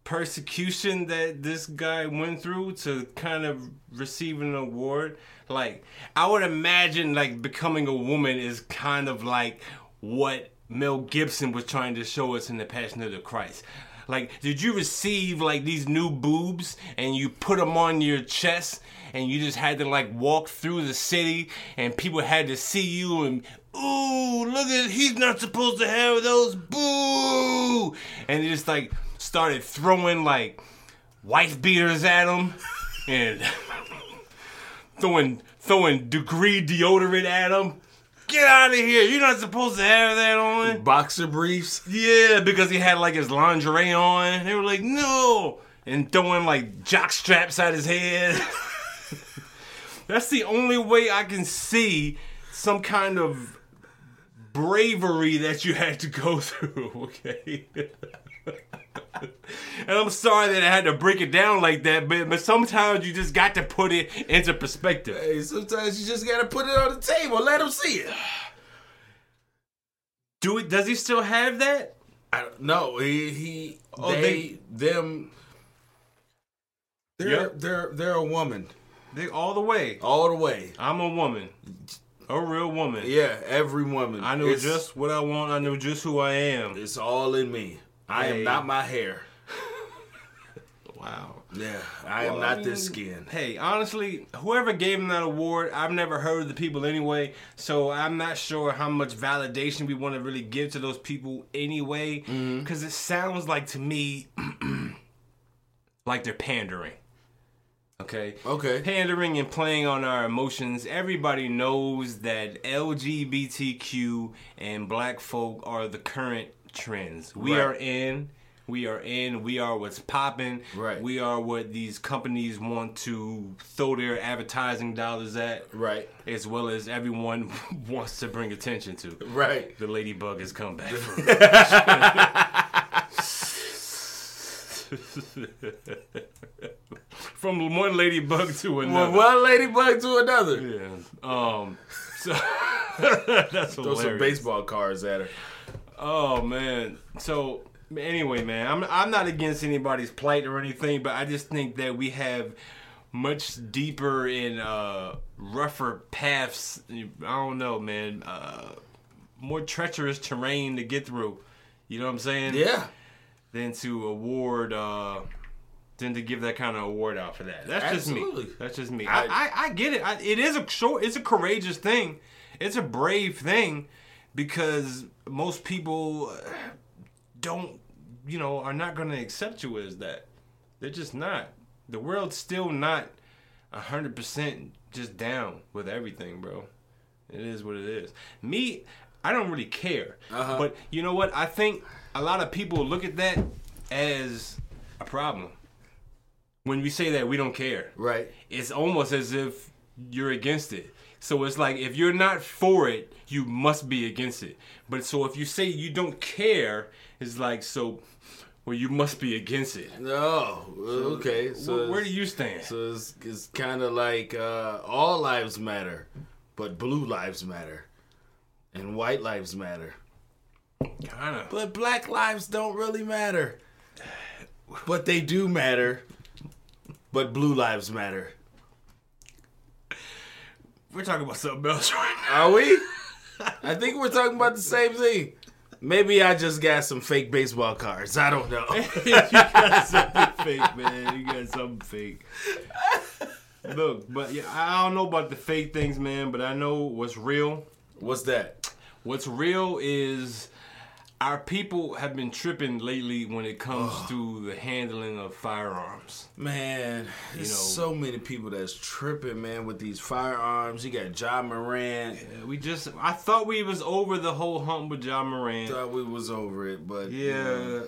persecution that this guy went through to kind of receive an award? Like, I would imagine like becoming a woman is kind of like what Mel Gibson was trying to show us in The Passion of the Christ. Like, did you receive like these new boobs and you put them on your chest and you just had to like walk through the city and people had to see you and ooh, look at he's not supposed to have those boo, and they just like started throwing like wife beaters at him and throwing throwing degree deodorant at him. Get out of here! You're not supposed to have that on.
Boxer briefs.
Yeah, because he had like his lingerie on. They were like, no, and throwing like jock straps at his head. That's the only way I can see some kind of bravery that you had to go through. Okay. And I'm sorry that I had to break it down like that, but, but sometimes you just got to put it into perspective.
Hey, sometimes you just gotta put it on the table. Let them see it.
Do it? Does he still have that?
I don't know. He, he
Oh,
they, them. They're
Yep.
they're they're a woman
They all the way.
all the way.
I'm a woman, a real woman.
Yeah, every woman.
I know
It's-
just what I want. I know just who I am.
It's all in me. I
Hey.
am not my hair.
Wow.
Yeah, I am not this skin.
Hey, honestly, whoever gave him that award, I've never heard of the people anyway, so I'm not sure how much validation we want to really give to those people anyway, because it sounds like to me like they're pandering. Okay.
Okay.
pandering and playing on our emotions. Everybody knows that LGBTQ and black folk are the current trends. We
Right.
are in, we are in, we are what's popping.
Right.
We are what these companies want to throw their advertising dollars at.
Right.
As well as everyone wants to bring attention to.
Right.
The ladybug has come back. From one ladybug to another.
From one ladybug to another.
Yeah. Um. So. That's
Throw some
hilarious.
baseball cards at her.
Oh man. So anyway, man, I'm I'm not against anybody's plight or anything, but I just think that we have much deeper and uh, rougher paths. I don't know, man. Uh, more treacherous terrain to get through. You know what I'm saying?
Yeah.
Than to award. Uh, than to give that kind of award out for that. That's just
Absolutely.
me. That's just me. I,
I-
I, I get it. I, it is a sure. It's a courageous thing. It's a brave thing because most people uh, don't, you know, are not going to accept you as that. They're just not. The world's still not hundred percent just down with everything, bro. It is what it is. Me, I don't really care.
Uh-huh.
But you know what? I think a lot of people look at that as a problem. When we say that we don't care,
Right.
it's almost as if you're against it. So it's like if you're not for it, you must be against it. But so if you say you don't care, it's like so well you must be against it.
Oh, okay. So
Where- where
it's-
do you stand?
So it's, it's kind of like uh, all lives matter, but blue lives matter, and white lives matter,
kind of
but black lives don't really matter. But they do matter. But blue lives matter.
We're talking about something else right now.
Are we? I think we're talking about the same thing. Maybe I just got some fake baseball cards. I don't know.
you got something fake, man. You got something fake. Look, but yeah, I don't know about the fake things, man. But I know what's real.
What's that?
What's real is our people have been tripping lately when it comes to the handling of firearms.
Man, there's
know-
so many people that's tripping, man, with these firearms. You got John Moran.
Uh, We just, I thought we was over the whole hump with John Moran.
thought we was over it, but you
Yeah.
know,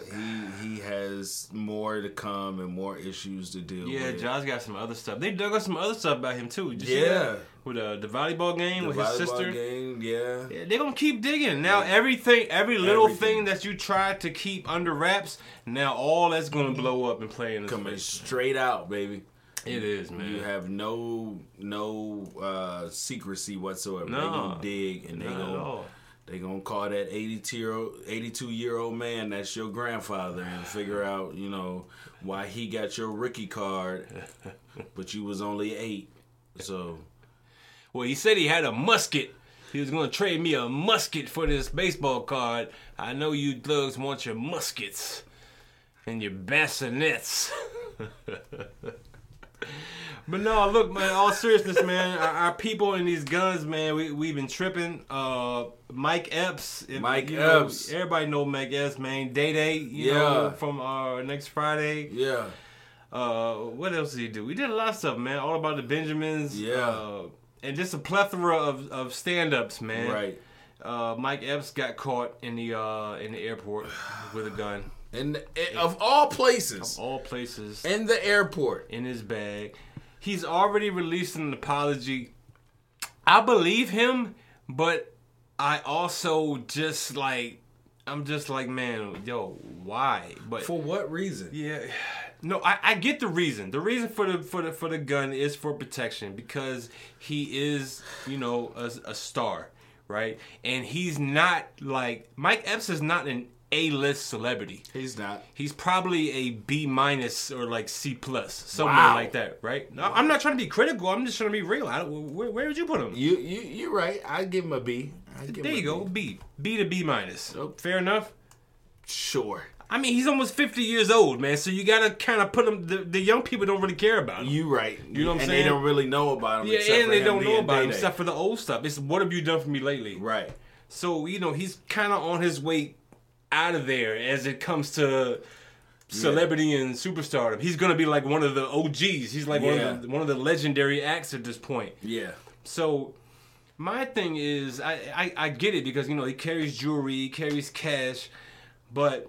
he he has more to come and more issues to deal
Yeah,
with.
John's got some other stuff. They dug up some other stuff about him too. Did you see
Yeah.
that? with uh, the volleyball game
The
with his
volleyball
sister.
game, yeah.
Yeah, they're gonna keep digging. Now everything, every little thing
Everything.
that you tried to keep under wraps, now all that's
Mm-hmm.
gonna blow up and play in the
coming
face.
straight out, baby.
It is, man.
You have no no uh, secrecy whatsoever. They
No.
gonna dig and they
Not at
gonna
all.
they gonna call that eighty year old eighty two year old man that's your grandfather and figure out you know why he got your Ricky card, but you was only eight. So
Well, he said he had a musket. He was gonna trade me a musket for this baseball card. I know you thugs want your muskets and your bassinets. but no, look, man. All seriousness, man. Our, our people and these guns, man. We we've been tripping. Uh, Mike Epps. if-
Mike
you know,
Epps.
everybody know Mike Epps, man. Day Day. You
Yeah.
know, from uh, next Friday.
yeah,
Uh, what else did he do? We did a lot of stuff, man. All about the Benjamins.
Yeah.
Uh, and just a plethora of, of stand ups, man.
right.
Uh, Mike Epps got caught in the uh, in the airport with a gun.
And of all places,
All places.
in the airport.
In his bag. He's already released an apology. I believe him, but I also just like I'm just like, man, yo, why? But
For what reason?
Yeah, no, I, I get the reason. The reason for the for the for the gun is for protection because he is you know a, a star, right? And he's not like Mike Epps is not an A list celebrity.
He's not.
He's probably a B minus or like C plus somewhere
Wow.
like that, right? No, I'm not trying to be critical. I'm just trying to be real. I don't, where, where would you put him?
You you you're right. I give him a B. I give
there
him a
you go,
B.
B B to B minus.
Nope.
Fair enough.
Sure.
I mean, he's almost 50 years old, man. So you gotta kind of put him. The, the young people don't really care about him.
You right. You
know what I'm
and
saying?
they don't really know about him.
Yeah,
except
and
for
they
him
don't know
being
about him
Day-Day.
except for the old stuff. It's what have you done for me lately?
Right.
So you know he's kind of on his way out of there as it comes to celebrity and superstardom. He's gonna be like one of the OGs. He's like one of the,
Yeah.
one of the legendary acts at this point.
Yeah.
So my thing is, I, I I get it because you know he carries jewelry, he carries cash, but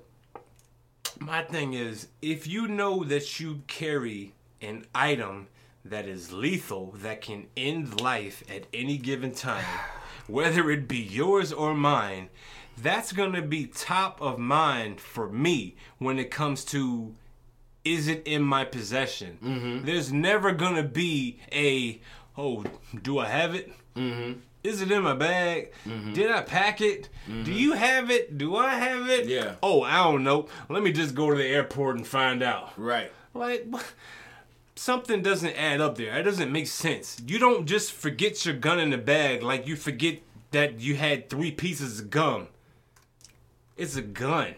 my thing is, if you know that you carry an item that is lethal that can end life at any given time, whether it be yours or mine, that's gonna be top of mind for me when it comes to is it in my possession? There's never gonna be a oh, do I have it? Is it in my bag? Did I pack it? Do you have it? Do I have it?
Yeah.
Oh, I don't know. Let me just go to the airport and find out.
Right.
Like, wha- something doesn't add up there. It doesn't make sense. You don't just forget your gun in the bag like you forget that you had three pieces of gum. It's a gun.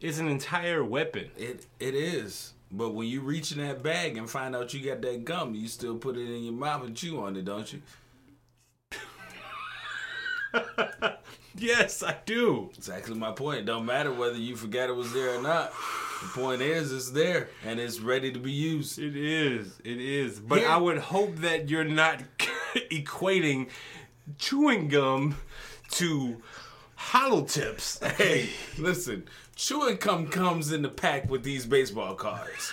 It's an entire weapon.
It it is. But when you reach in that bag and find out you got that gum, you still put it in your mouth and chew on it, don't you?
Yes, I do.
Exactly my point. It don't matter whether you forgot it was there or not. The point is, it's there and it's ready to be used.
It is. It is. But
Yeah.
I would hope that you're not equating chewing gum to hollow tips.
Hey, listen, chewing gum comes in the pack with these baseball cards.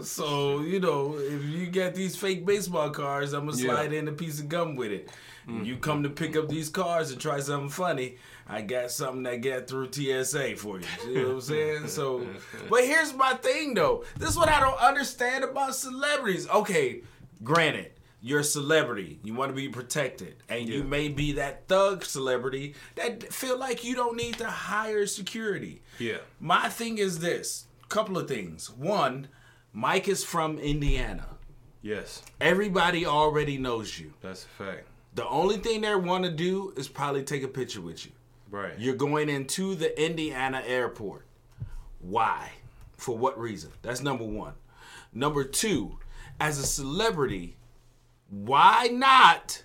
so you know, if you got these fake baseball cards, I'm gonna
Yeah.
slide in a piece of gum with it. You come to pick up these cards and try something funny. I got something that got through TSA for you. You know what I'm saying? So, but here's my thing though. This is what I don't understand about celebrities. Okay, granted, you're a celebrity. You want to be protected, and you may be that thug celebrity that feel like you don't need to hire security.
Yeah.
My thing is this couple of things. One, Mike is from Indiana.
Yes,
Everybody already knows you.
that's a fact.
The only thing they want to do is probably take a picture with you.
Right.
You're going into the Indiana airport. Why? For what reason? That's number one. Number two, as a celebrity, why not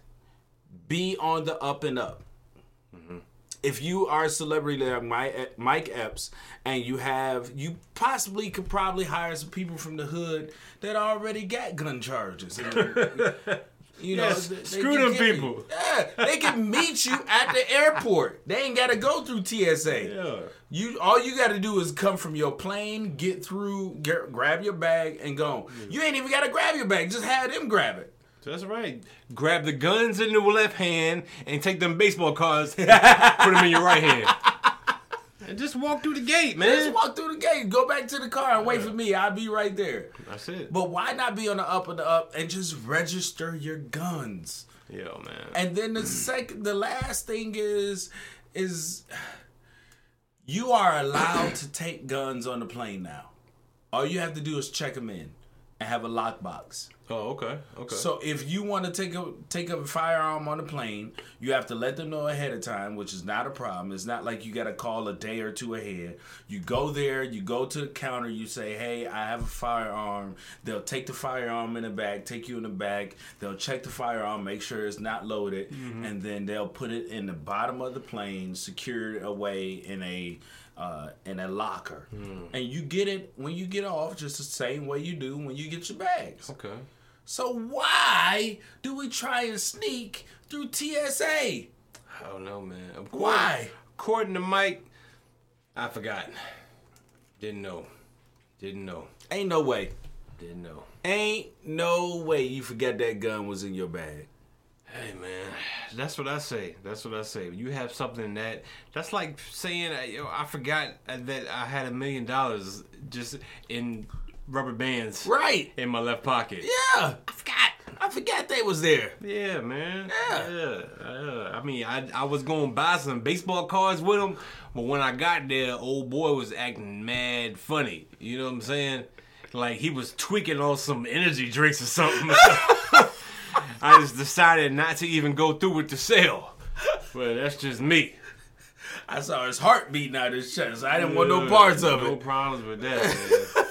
be on the up and up? If you are a celebrity like Mi- Mike Epps and you have, you possibly could probably hire some people from the hood that already got gun charges. You know,
Yes,
they- they
screw
can
them
get you.
people.
Yeah, they can meet you at the airport. They ain't got to go through TSA.
Yeah.
You all you got to do is come from your plane, get through, get, grab your bag, and go. You ain't even got to grab your bag. Just have them grab it.
That's right. Grab the guns in the left hand and take them baseball cards, put them in your right hand. And just walk through the gate,
Just
man.
walk through the gate, go back to the car, and wait for me. I'll be right there.
That's it.
But why not be on the up and the up and just register your guns?
Yo, man.
And then the second, the last thing is, is you are allowed to take guns on the plane now. All you have to do is check them in and have a lockbox.
oh, okay. Okay.
So if you want to take a take a firearm on the plane, you have to let them know ahead of time, which is not a problem. It's not like you got to call a day or two ahead. You go there, you go to the counter, you say, "Hey, I have a firearm." They'll take the firearm in the bag, take you in the bag. They'll check the firearm, make sure it's not loaded, and then they'll put it in the bottom of the plane, secured away in a uh, in a locker. And you get it when you get off, just the same way you do when you get your bags.
okay.
So why do we try and sneak through TSA?
I don't know, man. Of course,
Why?
According to Mike, I forgot. Didn't know. Didn't know.
Ain't no way.
Didn't know.
Ain't no way you forgot that gun was in your bag.
Hey man, that's what I say. That's what I say. You have something that that's like saying uh, yo, I forgot that I had a million dollars just in rubber bands
Right.
in my left pocket.
Yeah. I forgot. I forgot they was there.
Yeah, man.
Yeah.
yeah. yeah. I mean, I I was gonna buy some baseball cards with him, but when I got there, old boy was acting mad funny. You know what I'm saying? Like he was tweaking on some energy drinks or something. I just decided not to even go through with the sale. But that's just me.
I saw his heart beating out his chest. I didn't want
Yeah,
no parts of
No
it.
problems with that. Man.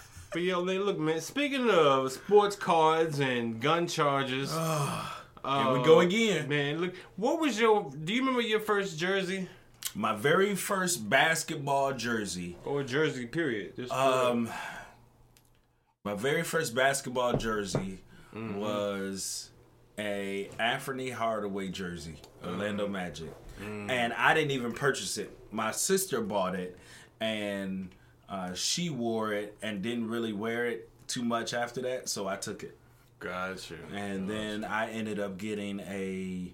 but yo, man, look, man. Speaking of sports cards and gun charges,
Ah, Here
uh,
we go again.
Man, look, what was your? Do you remember your first jersey
My very first basketball jersey.
or jersey? Period. Just
Um, my very first basketball jersey was a Anthony Hardaway jersey, Orlando Magic, and I didn't even purchase it. My sister bought it, and uh, she wore it and didn't really wear it too much after that, so I took it.
gotcha.
And then I ended up getting a,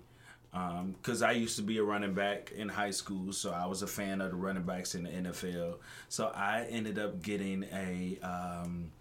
because I used to be a running back in high school, so I was a fan of the running backs in the NFL. So I ended up getting a, um,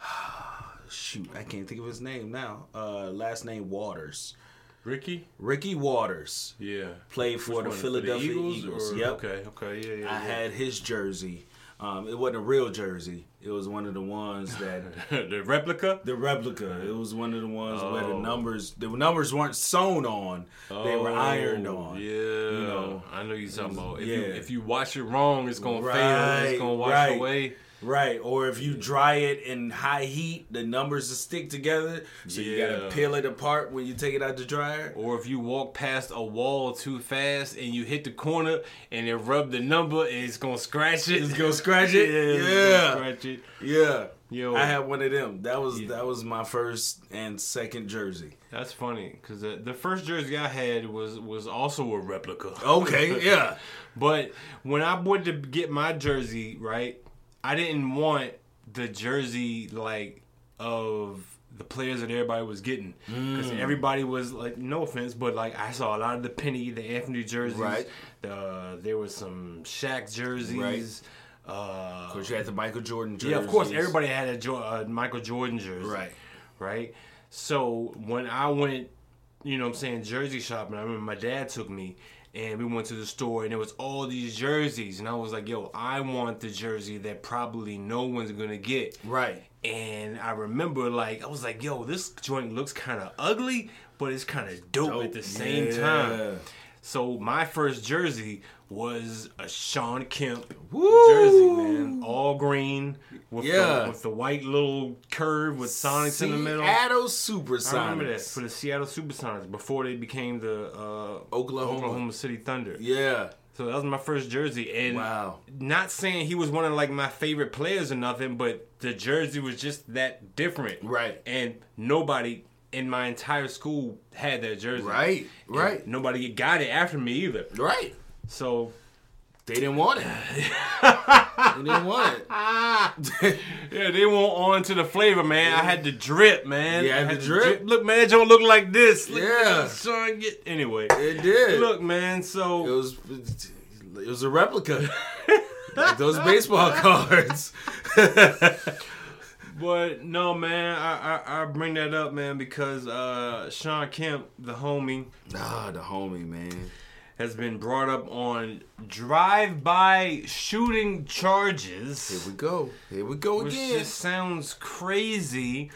shoot, I can't think of his name now. Uh, last name Waters.
Ricky?
Ricky Waters
Yeah.
played
Which
for the
one?
Philadelphia
Eagles
Eagles.
or-
Yep.
Okay, okay, yeah, yeah.
I
yeah.
had his jersey. Um, it wasn't a real jersey. It was one of the ones that
the replica?
the replica. It was one of the ones where the
Oh.
numbers the numbers weren't sewn on. they were ironed
Oh,
on.
Yeah,
know.
I know you're talking about. If, you,
Yeah.
if you wash it wrong, it's gonna fail.
Right,
It's gonna wash
right.
away.
Right, or if you dry it in high heat, the numbers will stick together. So you gotta
Yeah.
peel it apart when you take it out the dryer.
Or if you walk past a wall too fast and you hit the corner and it rub the number, it's gonna scratch it.
It's gonna scratch it.
it's gonna
Yeah,
scratch it.
yeah.
Yo.
I had one of them. That was that was my first and second jersey.
That's funny because the, the first jersey I had was was also a replica.
Oh, Okay, yeah.
But when I went to get my jersey, right, I didn't want the jersey like of the players that everybody was getting because everybody was like, no offense, but like I saw a lot of the Penny, the Anthony jerseys.
Right.
The there was some Shaq jerseys. Uh,
Because you had the Michael Jordan jersey.
yeah, of course, everybody had a jo- uh, Michael Jordan jersey
Right.
right? So when I went, you know what I'm saying, jersey shopping, I remember my dad took me and we went to the store and there was all these jerseys and I was like, yo, I want the jersey that probably no one's gonna get.
Right.
And I remember like I was like, yo, this joint looks kinda ugly, but it's kinda dope, at the same
Yeah.
time. So my first jersey was a Sean Kemp
Woo!
jersey, man. All green with,
Yeah.
the, with the white little curve with Sonics in the middle.
Seattle Supersonics.
I remember that for the Seattle Supersonics before they became the uh,
Oklahoma.
Oklahoma City Thunder.
Yeah.
So that was my first jersey, and
Wow.
not saying he was one of like my favorite players or nothing, but the jersey was just that different,
Right.
And nobody in my entire school had that jersey,
Right.
And
Right.
Nobody got it after me either.
Right.
So
They didn't want it. they didn't want it.
yeah, they went on to the flavor, man. I had the drip, man.
You had
I
the drip?
Look, man, that don't look like this. Look,
Yeah.
son. Get anyway.
It did.
Look, man. So
It was it was a replica. like those baseball cards.
But no, man, I, I I bring that up, man, because uh, Sean Kemp, the homie,
Nah, the homie, man.
has been brought up on drive-by shooting
Here
charges,
we go. Here we go
which
again.
just sounds crazy,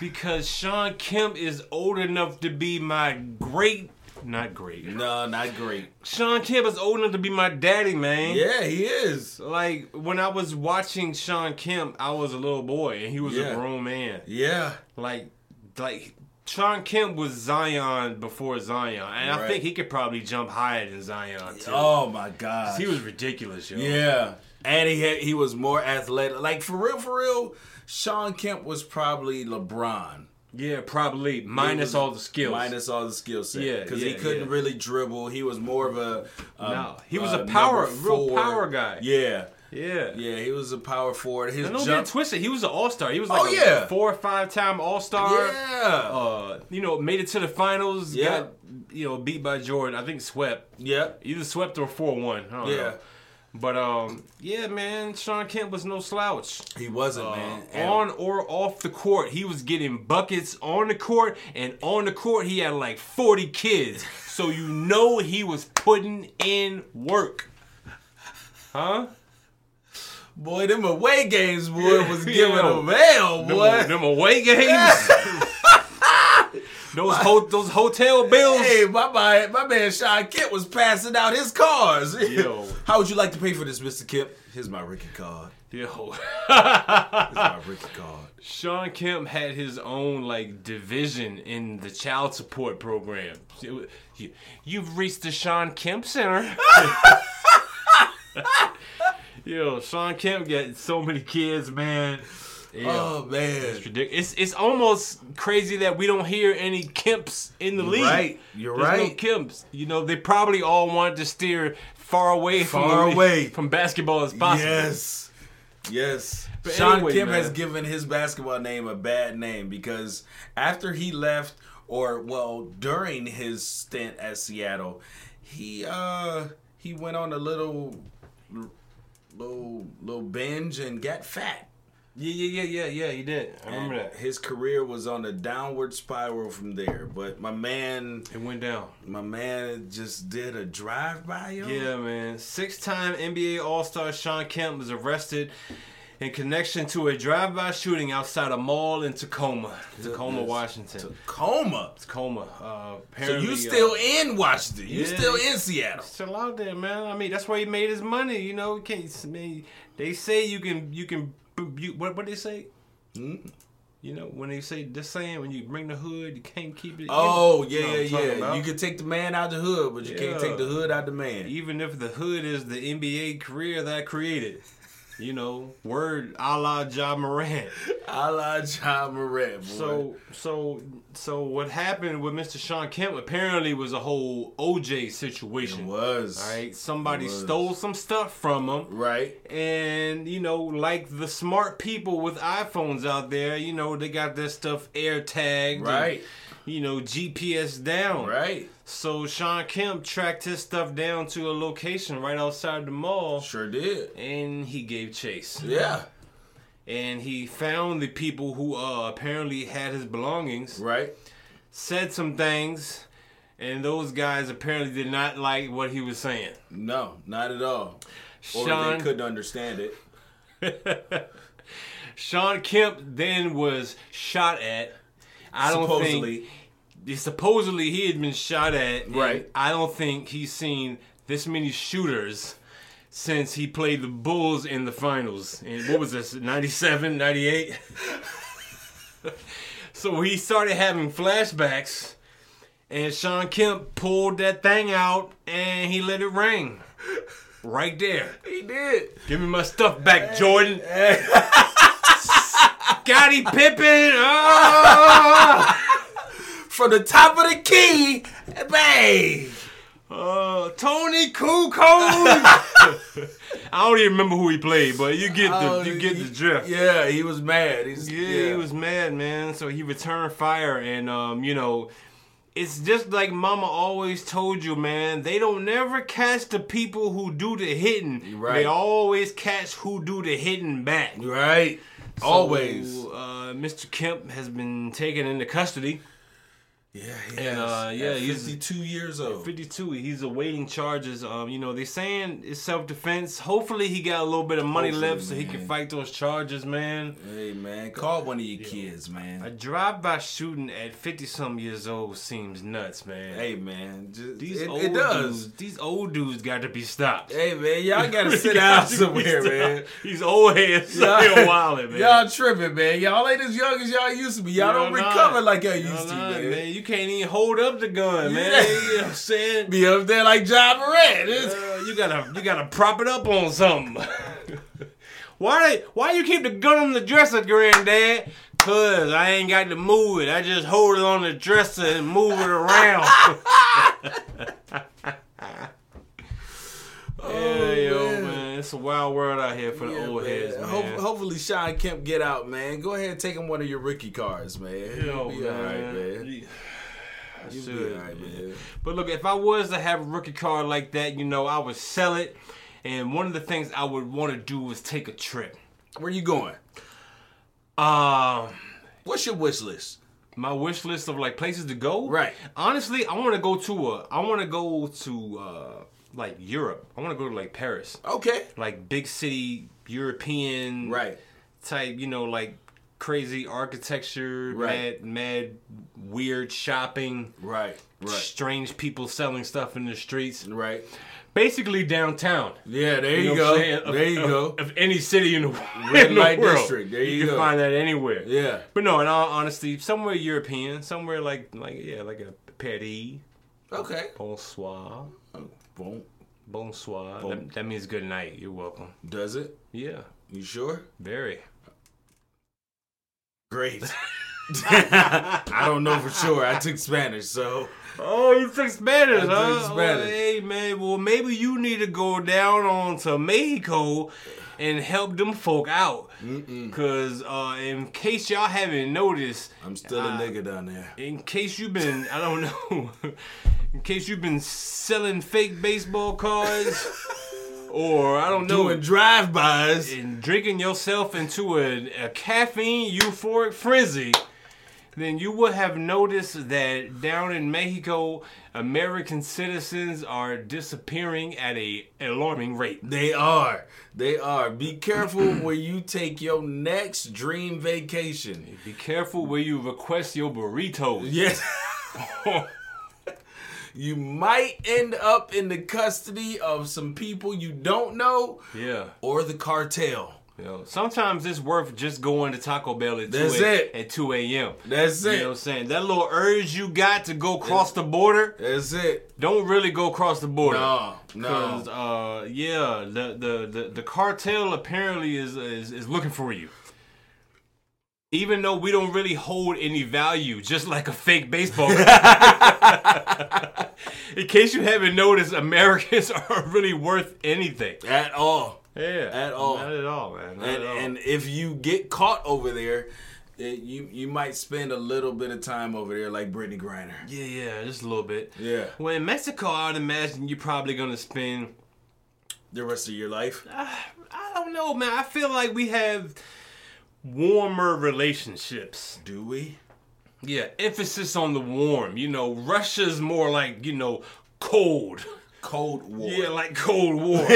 because Sean Kemp is old enough to be my great, not great.
No, not great.
Sean Kemp is old enough to be my daddy, man.
Yeah, he is.
Like when I was watching Sean Kemp, I was a little boy and he was
Yeah.
a grown man.
Yeah.
like like Sean Kemp was Zion before Zion, and I
Right.
think he could probably jump higher than Zion too.
Oh my god.
He was ridiculous, yo.
Yeah. And he had, he was more athletic. Like for real, for real, Sean Kemp was probably LeBron.
yeah, probably
He
minus
was-
all the skills.
Minus all the skill set. Yeah,
Yeah,
because he
yeah,
couldn't
yeah.
really dribble. He was more of a. Um,
No, he was a
number
power- real
forward.
power guy.
Yeah,
yeah,
yeah, he was a power forward. His
And don't
jump.
get it twisted. He was an all star. He was like
Oh,
a
yeah.
four or five time all star.
yeah,
Uh, you know, made it to the finals.
Yeah.
Got you know beat by Jordan. I think swept.
yeah,
Either swept or four one. I don't
yeah.
know. But um, yeah, man, Sean Kemp was no slouch.
He wasn't
Uh,
man. And-
on or off the court, he was getting buckets on the court, and on the court, he had like 40 kids. So you know he was putting in work. Huh?
boy, them away games, boy, was
Yeah.
giving him hell,
Them,
boy.
them away games? those, ho- those hotel bills?
Hey, my man, my man Sean Kemp was passing out his cars.
Yo.
How would you like to pay for this, Mr. Kemp? Here's my Ricky card.
Yo.
Here's my Ricky card.
Sean Kemp had his own like division in the child support program. It wa- you- You've reached the Sean Kemp Center. Yo, Sean Kemp got so many kids, man. Yeah.
Oh man,
Ridic- It's it's almost crazy that we don't hear any Kemps in the league.
right. You're
There's
right.
No Kemps. You know they probably all wanted to steer far away
Far
from the-
away.
from basketball as possible.
Yes. Yes.
But
Sean
anyway,
Kim
man.
has given his basketball name a bad name because after he left or well during his stint at Seattle, he uh he went on a little little little binge and got fat.
Yeah, yeah, yeah, yeah, yeah. He did. I remember
And
that.
His career was on a downward spiral from there, but my man,
It went down.
my man just did a drive by.
Yeah, man. Six-time NBA All-Star Sean Kemp was arrested in connection to a drive-by shooting outside a mall in Tacoma, Tacoma, Washington.
coma.
Tacoma. Uh,
So
apparently,
you
uh,
still in Washington? You
yeah.
still in Seattle?
still out there, man. I mean, that's where he made his money. You know, can't. I mean, they say you can, you can. You, what what they say?
Hmm?
You know, when they say this saying, when you bring the hood, you can't keep it. in.
Oh
You know
yeah,
what I'm
yeah,
talking
yeah.
about?
You can take the man out the hood, but you can't
Yeah.
take the hood out the man.
even if the hood is the NBA career that I created. You know, word a la Ja Morant.
A la John Morant. Boy.
So, so, so what happened with Mr. Sean Kemp apparently was a whole OJ
it
situation.
was
All right, somebody
It was.
stole some stuff from him,
right.
and you know, like the smart people with iPhones out there, you know, they got their stuff air tagged, and,
Right.
you know, GPS down,
Right.
So Sean Kemp tracked his stuff down to a location right outside the mall.
Sure did.
and he gave chase
Yeah.
and he found the people who uh, apparently had his belongings
Right.
said some things and those guys apparently did not like what he was saying
No, not at all. Or
sean,
they couldn't understand it.
sean kemp then was shot at i don't
Supposedly.
think supposedly he had been shot at and
Right.
i don't think he's seen this many shooters since he played the bulls in the finals in what was this 97 98 So he started having flashbacks, and Sean Kemp pulled that thing out and he let it ring. Right there.
He did.
Give me my stuff back, Jordan. Scotty Pippen. Oh!
From the top of the key, babe. Oh,
Uh, Tony Kukoc. I don't even remember who he played, but you get the you get the drift.
Oh, Yeah, he was mad. He's,
Yeah, he was mad, man. So he returned fire, and um, you know, it's just like Mama always told you, man. They don't never catch the people who do the hitting.
Right.
They always catch who do the hitting back.
right. Always.
So, uh, Mr. Kemp has been taken into custody.
Yeah,
And, uh, yeah,
At
he's-
52 years old.
52. He's awaiting charges. Um, you know, they saying it's self defense. Hopefully, he got a little bit of money
Hopefully,
left so he can
man.
fight those charges, man.
Hey man, call one of your kids, man.
A drive-by shooting at 50 some years old seems nuts, man.
hey man, just,
These
it,
old
it does.
Dudes, these old dudes got to be stopped.
Hey man, y'all gotta sit down somewhere, man.
These old heads out here wilding, man.
Y'all tripping, man. Y'all ain't as young as y'all used to be. Y'all, don't
Y'all not.
recover like y'all
Y'all
used to,
lying,
man.
You can't even hold up the gun, man.
Yeah.
You know what I'm saying?
Be up there like John Moran. It's-
Uh, you gotta, you gotta prop it up on something. why, why you keep the gun on the dresser, Granddad? Cause I ain't got to move it. I just hold it on the dresser and move it around.
Oh,
yeah, yo, man.
man.
it's a wild world out here for the
Yeah,
old
man.
heads, man.
Ho- hopefully, Sean Kemp get out, man. Go ahead and take him one of your rookie cards, man.
Yo,
You'll be all right, man.
Yeah.
You'll
should,
be all right,
man.
man.
But look, if I was to have a rookie card like that, you know, I would sell it. And one of the things I would want to do is take a trip.
Where you going?
Um,
What's your wish list?
my wish list of like places to go.
Right.
Honestly, I want to go to a. I want to go to uh like Europe. I want to go to like Paris,
Okay.
like big city European
Right.
type. You know, like crazy architecture,
Right.
mad, mad, weird shopping,
Right. Right.
strange people selling stuff in the streets.
Right.
Basically downtown.
Yeah, there you,
know
go.
what I'm saying? Of-
there you
of,
go.
Of any city in the,
Red
in the
light
world.
district, there you
can
go.
find that anywhere.
Yeah.
But no, in all honesty, somewhere European, somewhere like like yeah, like a Paris.
Okay.
Bonsoir.
Boom.
Bonsoir. That, that means good night. You're welcome.
Does it?
Yeah.
You sure?
Very.
Great. I don't know for sure. I took Spanish, so
Oh, you took Spanish,
I took
huh?
Spanish.
Oh, hey man, well maybe you need to go down on to Mexico and help them folk out. Cause uh, in case y'all haven't noticed,
I'm still a nigga down there.
in case you've been I don't know in case you've been selling fake baseball cards or I don't know,
doing drive-bys.
and drinking yourself into a, a caffeine euphoric frenzy, then you would have noticed that down in Mexico, American citizens are disappearing at a alarming rate.
They are. They are. Be careful where you take your next dream vacation.
Be careful where you request your burritos.
Yes. you might end up in the custody of some people you don't know
Yeah.
or the cartel.
You know, sometimes it's worth just going to Taco Bell at
That's
2 a,
it.
at 2 a.m.
That's
You know what I'm
it.
saying? That little urge you got to go cross the border,
That's it.
don't really go cross the border.
No,
Cause
no.
uh yeah the, the the the cartel apparently is, is is looking for you. Even though we don't really hold any value, just like a fake baseball. In case you haven't noticed, Americans aren't really worth anything.
At all.
Yeah,
At all.
Not at all, man. Not
And,
at all.
and if you get caught over there, it, you you might spend a little bit of time over there like Brittany Griner.
yeah, yeah, just a little bit.
Yeah.
Well, in Mexico, I'd imagine you're probably gonna spend
The rest of your life.
I don't know, man. I feel like we have warmer relationships.
Do we?
Yeah, emphasis on the warm. You know, Russia's more like, you know, cold.
Cold War.
Yeah, like Cold War.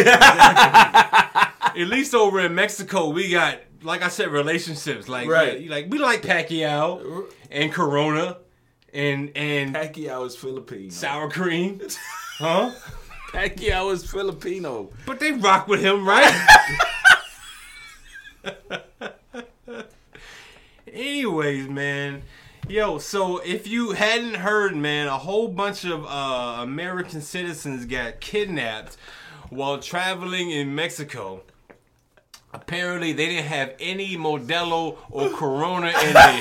At least over in Mexico, we got, like I said, relationships. Like,
Right.
yeah, like we like Pacquiao and Corona and and
Pacquiao is Filipino.
sour cream, huh?
Pacquiao is Filipino.
But they rock with him, right? Anyways, man. Yo, so if you hadn't heard, man, a whole bunch of uh, American citizens got kidnapped while traveling in Mexico. Apparently, they didn't have any Modelo or Corona in they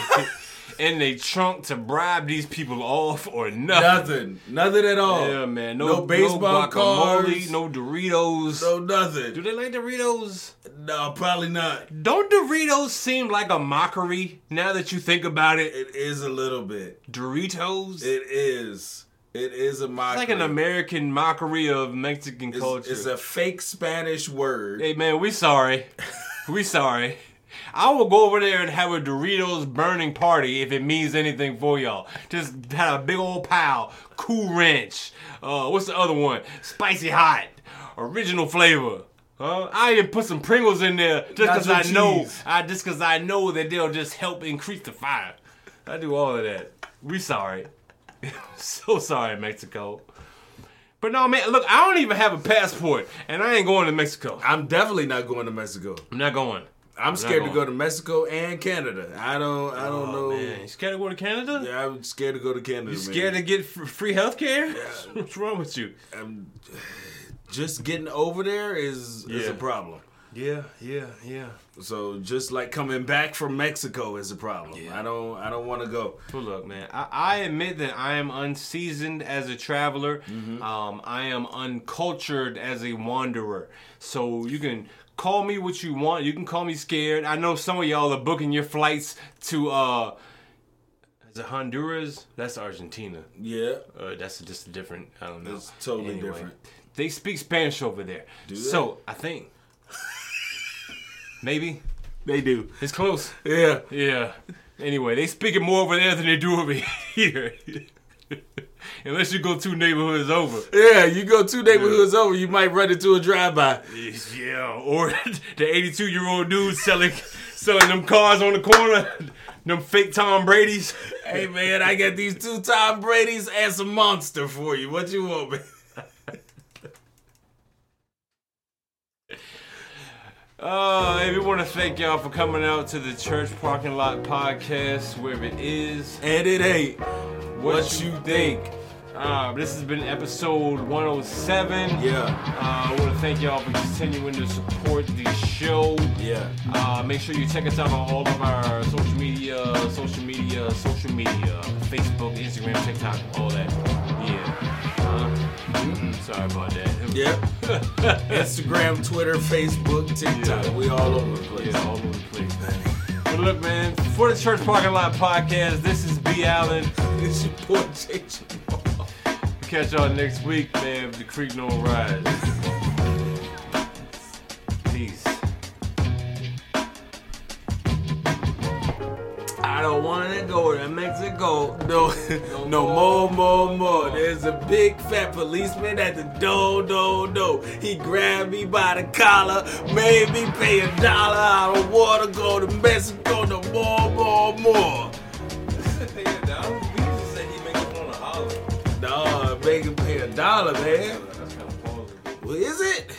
in they trunk to bribe these people off or nothing.
Nothing. Nothing at all.
Yeah, man. No,
No baseball
no guacamole,
cards.
no Doritos.
No
Do
nothing.
they like Doritos?
No, probably not.
Don't Doritos seem like a mockery now that you think about it?
It is a little bit.
Doritos? It's
It is. It is a mockery.
like an American mockery of Mexican
It's,
culture.
it's a fake Spanish word.
hey man, we sorry. we sorry. I will go over there and have a Doritos burning party if it means anything for y'all. Just had a big old pile, Cool Ranch. Uh, what's the other one? Spicy Hot, original flavor. Huh? I even put some Pringles in there just because
Nacho
I know.
cheese.
I just because I know that they'll just help increase the fire. I do all of that. We sorry. so sorry, Mexico. But no, man. Look, I don't even have a passport, and I ain't going to Mexico.
I'm definitely not going to Mexico.
I'm not going.
I'm scared to
going.
go to Mexico and Canada. I don't. I don't know.
Man, you scared to go to Canada?
Yeah, I'm scared to go to Canada.
You scared to get fr- free healthcare? What's wrong with you?
I'm, just getting over there is is
Yeah.
a problem.
Yeah, yeah, yeah.
So just like coming back from Mexico is a problem. I don't. I don't want to go.
Well, look, man, I, I admit that I am unseasoned as a traveler. Um, I am uncultured as a wanderer. So you can call me what you want. You can call me scared. I know some of y'all are booking your flights to uh, is it Honduras? That's Argentina.
Yeah.
Uh, that's just a different. I don't know.
It's totally different.
They speak Spanish over there. So I think maybe
They do.
it's close.
Yeah.
Yeah. Anyway, they speak it more over there than they do over here. Unless you go two neighborhoods over.
Yeah, you go two neighborhoods over, you might run into a drive-by.
Yeah. Or the 82 year old dude selling selling them cars on the corner, them fake Tom Brady's.
Hey man, I got these two Tom Brady's and some monster for you. What you want, man?
Uh, hey, we want to thank y'all for coming out to the Church Parking Lot Podcast, where it is.
And it ain't
what, you think. Uh, this has been episode 107.
Yeah,
Uh, I want to thank y'all for continuing to support the show.
yeah.
Uh, make sure you check us out on all of our social media, social media, social media, Facebook, Instagram, TikTok, all that. Yeah. Uh, sorry about that.
Yep. Instagram, Twitter, Facebook, TikTok.
Yeah.
We all over the place.
Yeah, all over the place, man. But look, man, for the Church Parking Lot Podcast, this is B. Allen.
It's your boy JJ.
Catch y'all next week, man. if The creek don't rise. I don't want to go to Mexico.
No, no more, more, more. There's a big fat policeman at the door, door, door. He grabbed me by the collar, made me pay a dollar. I don't wanna go to Mexico no more, more, more. Nah, make him pay a dollar, man. Well, is it?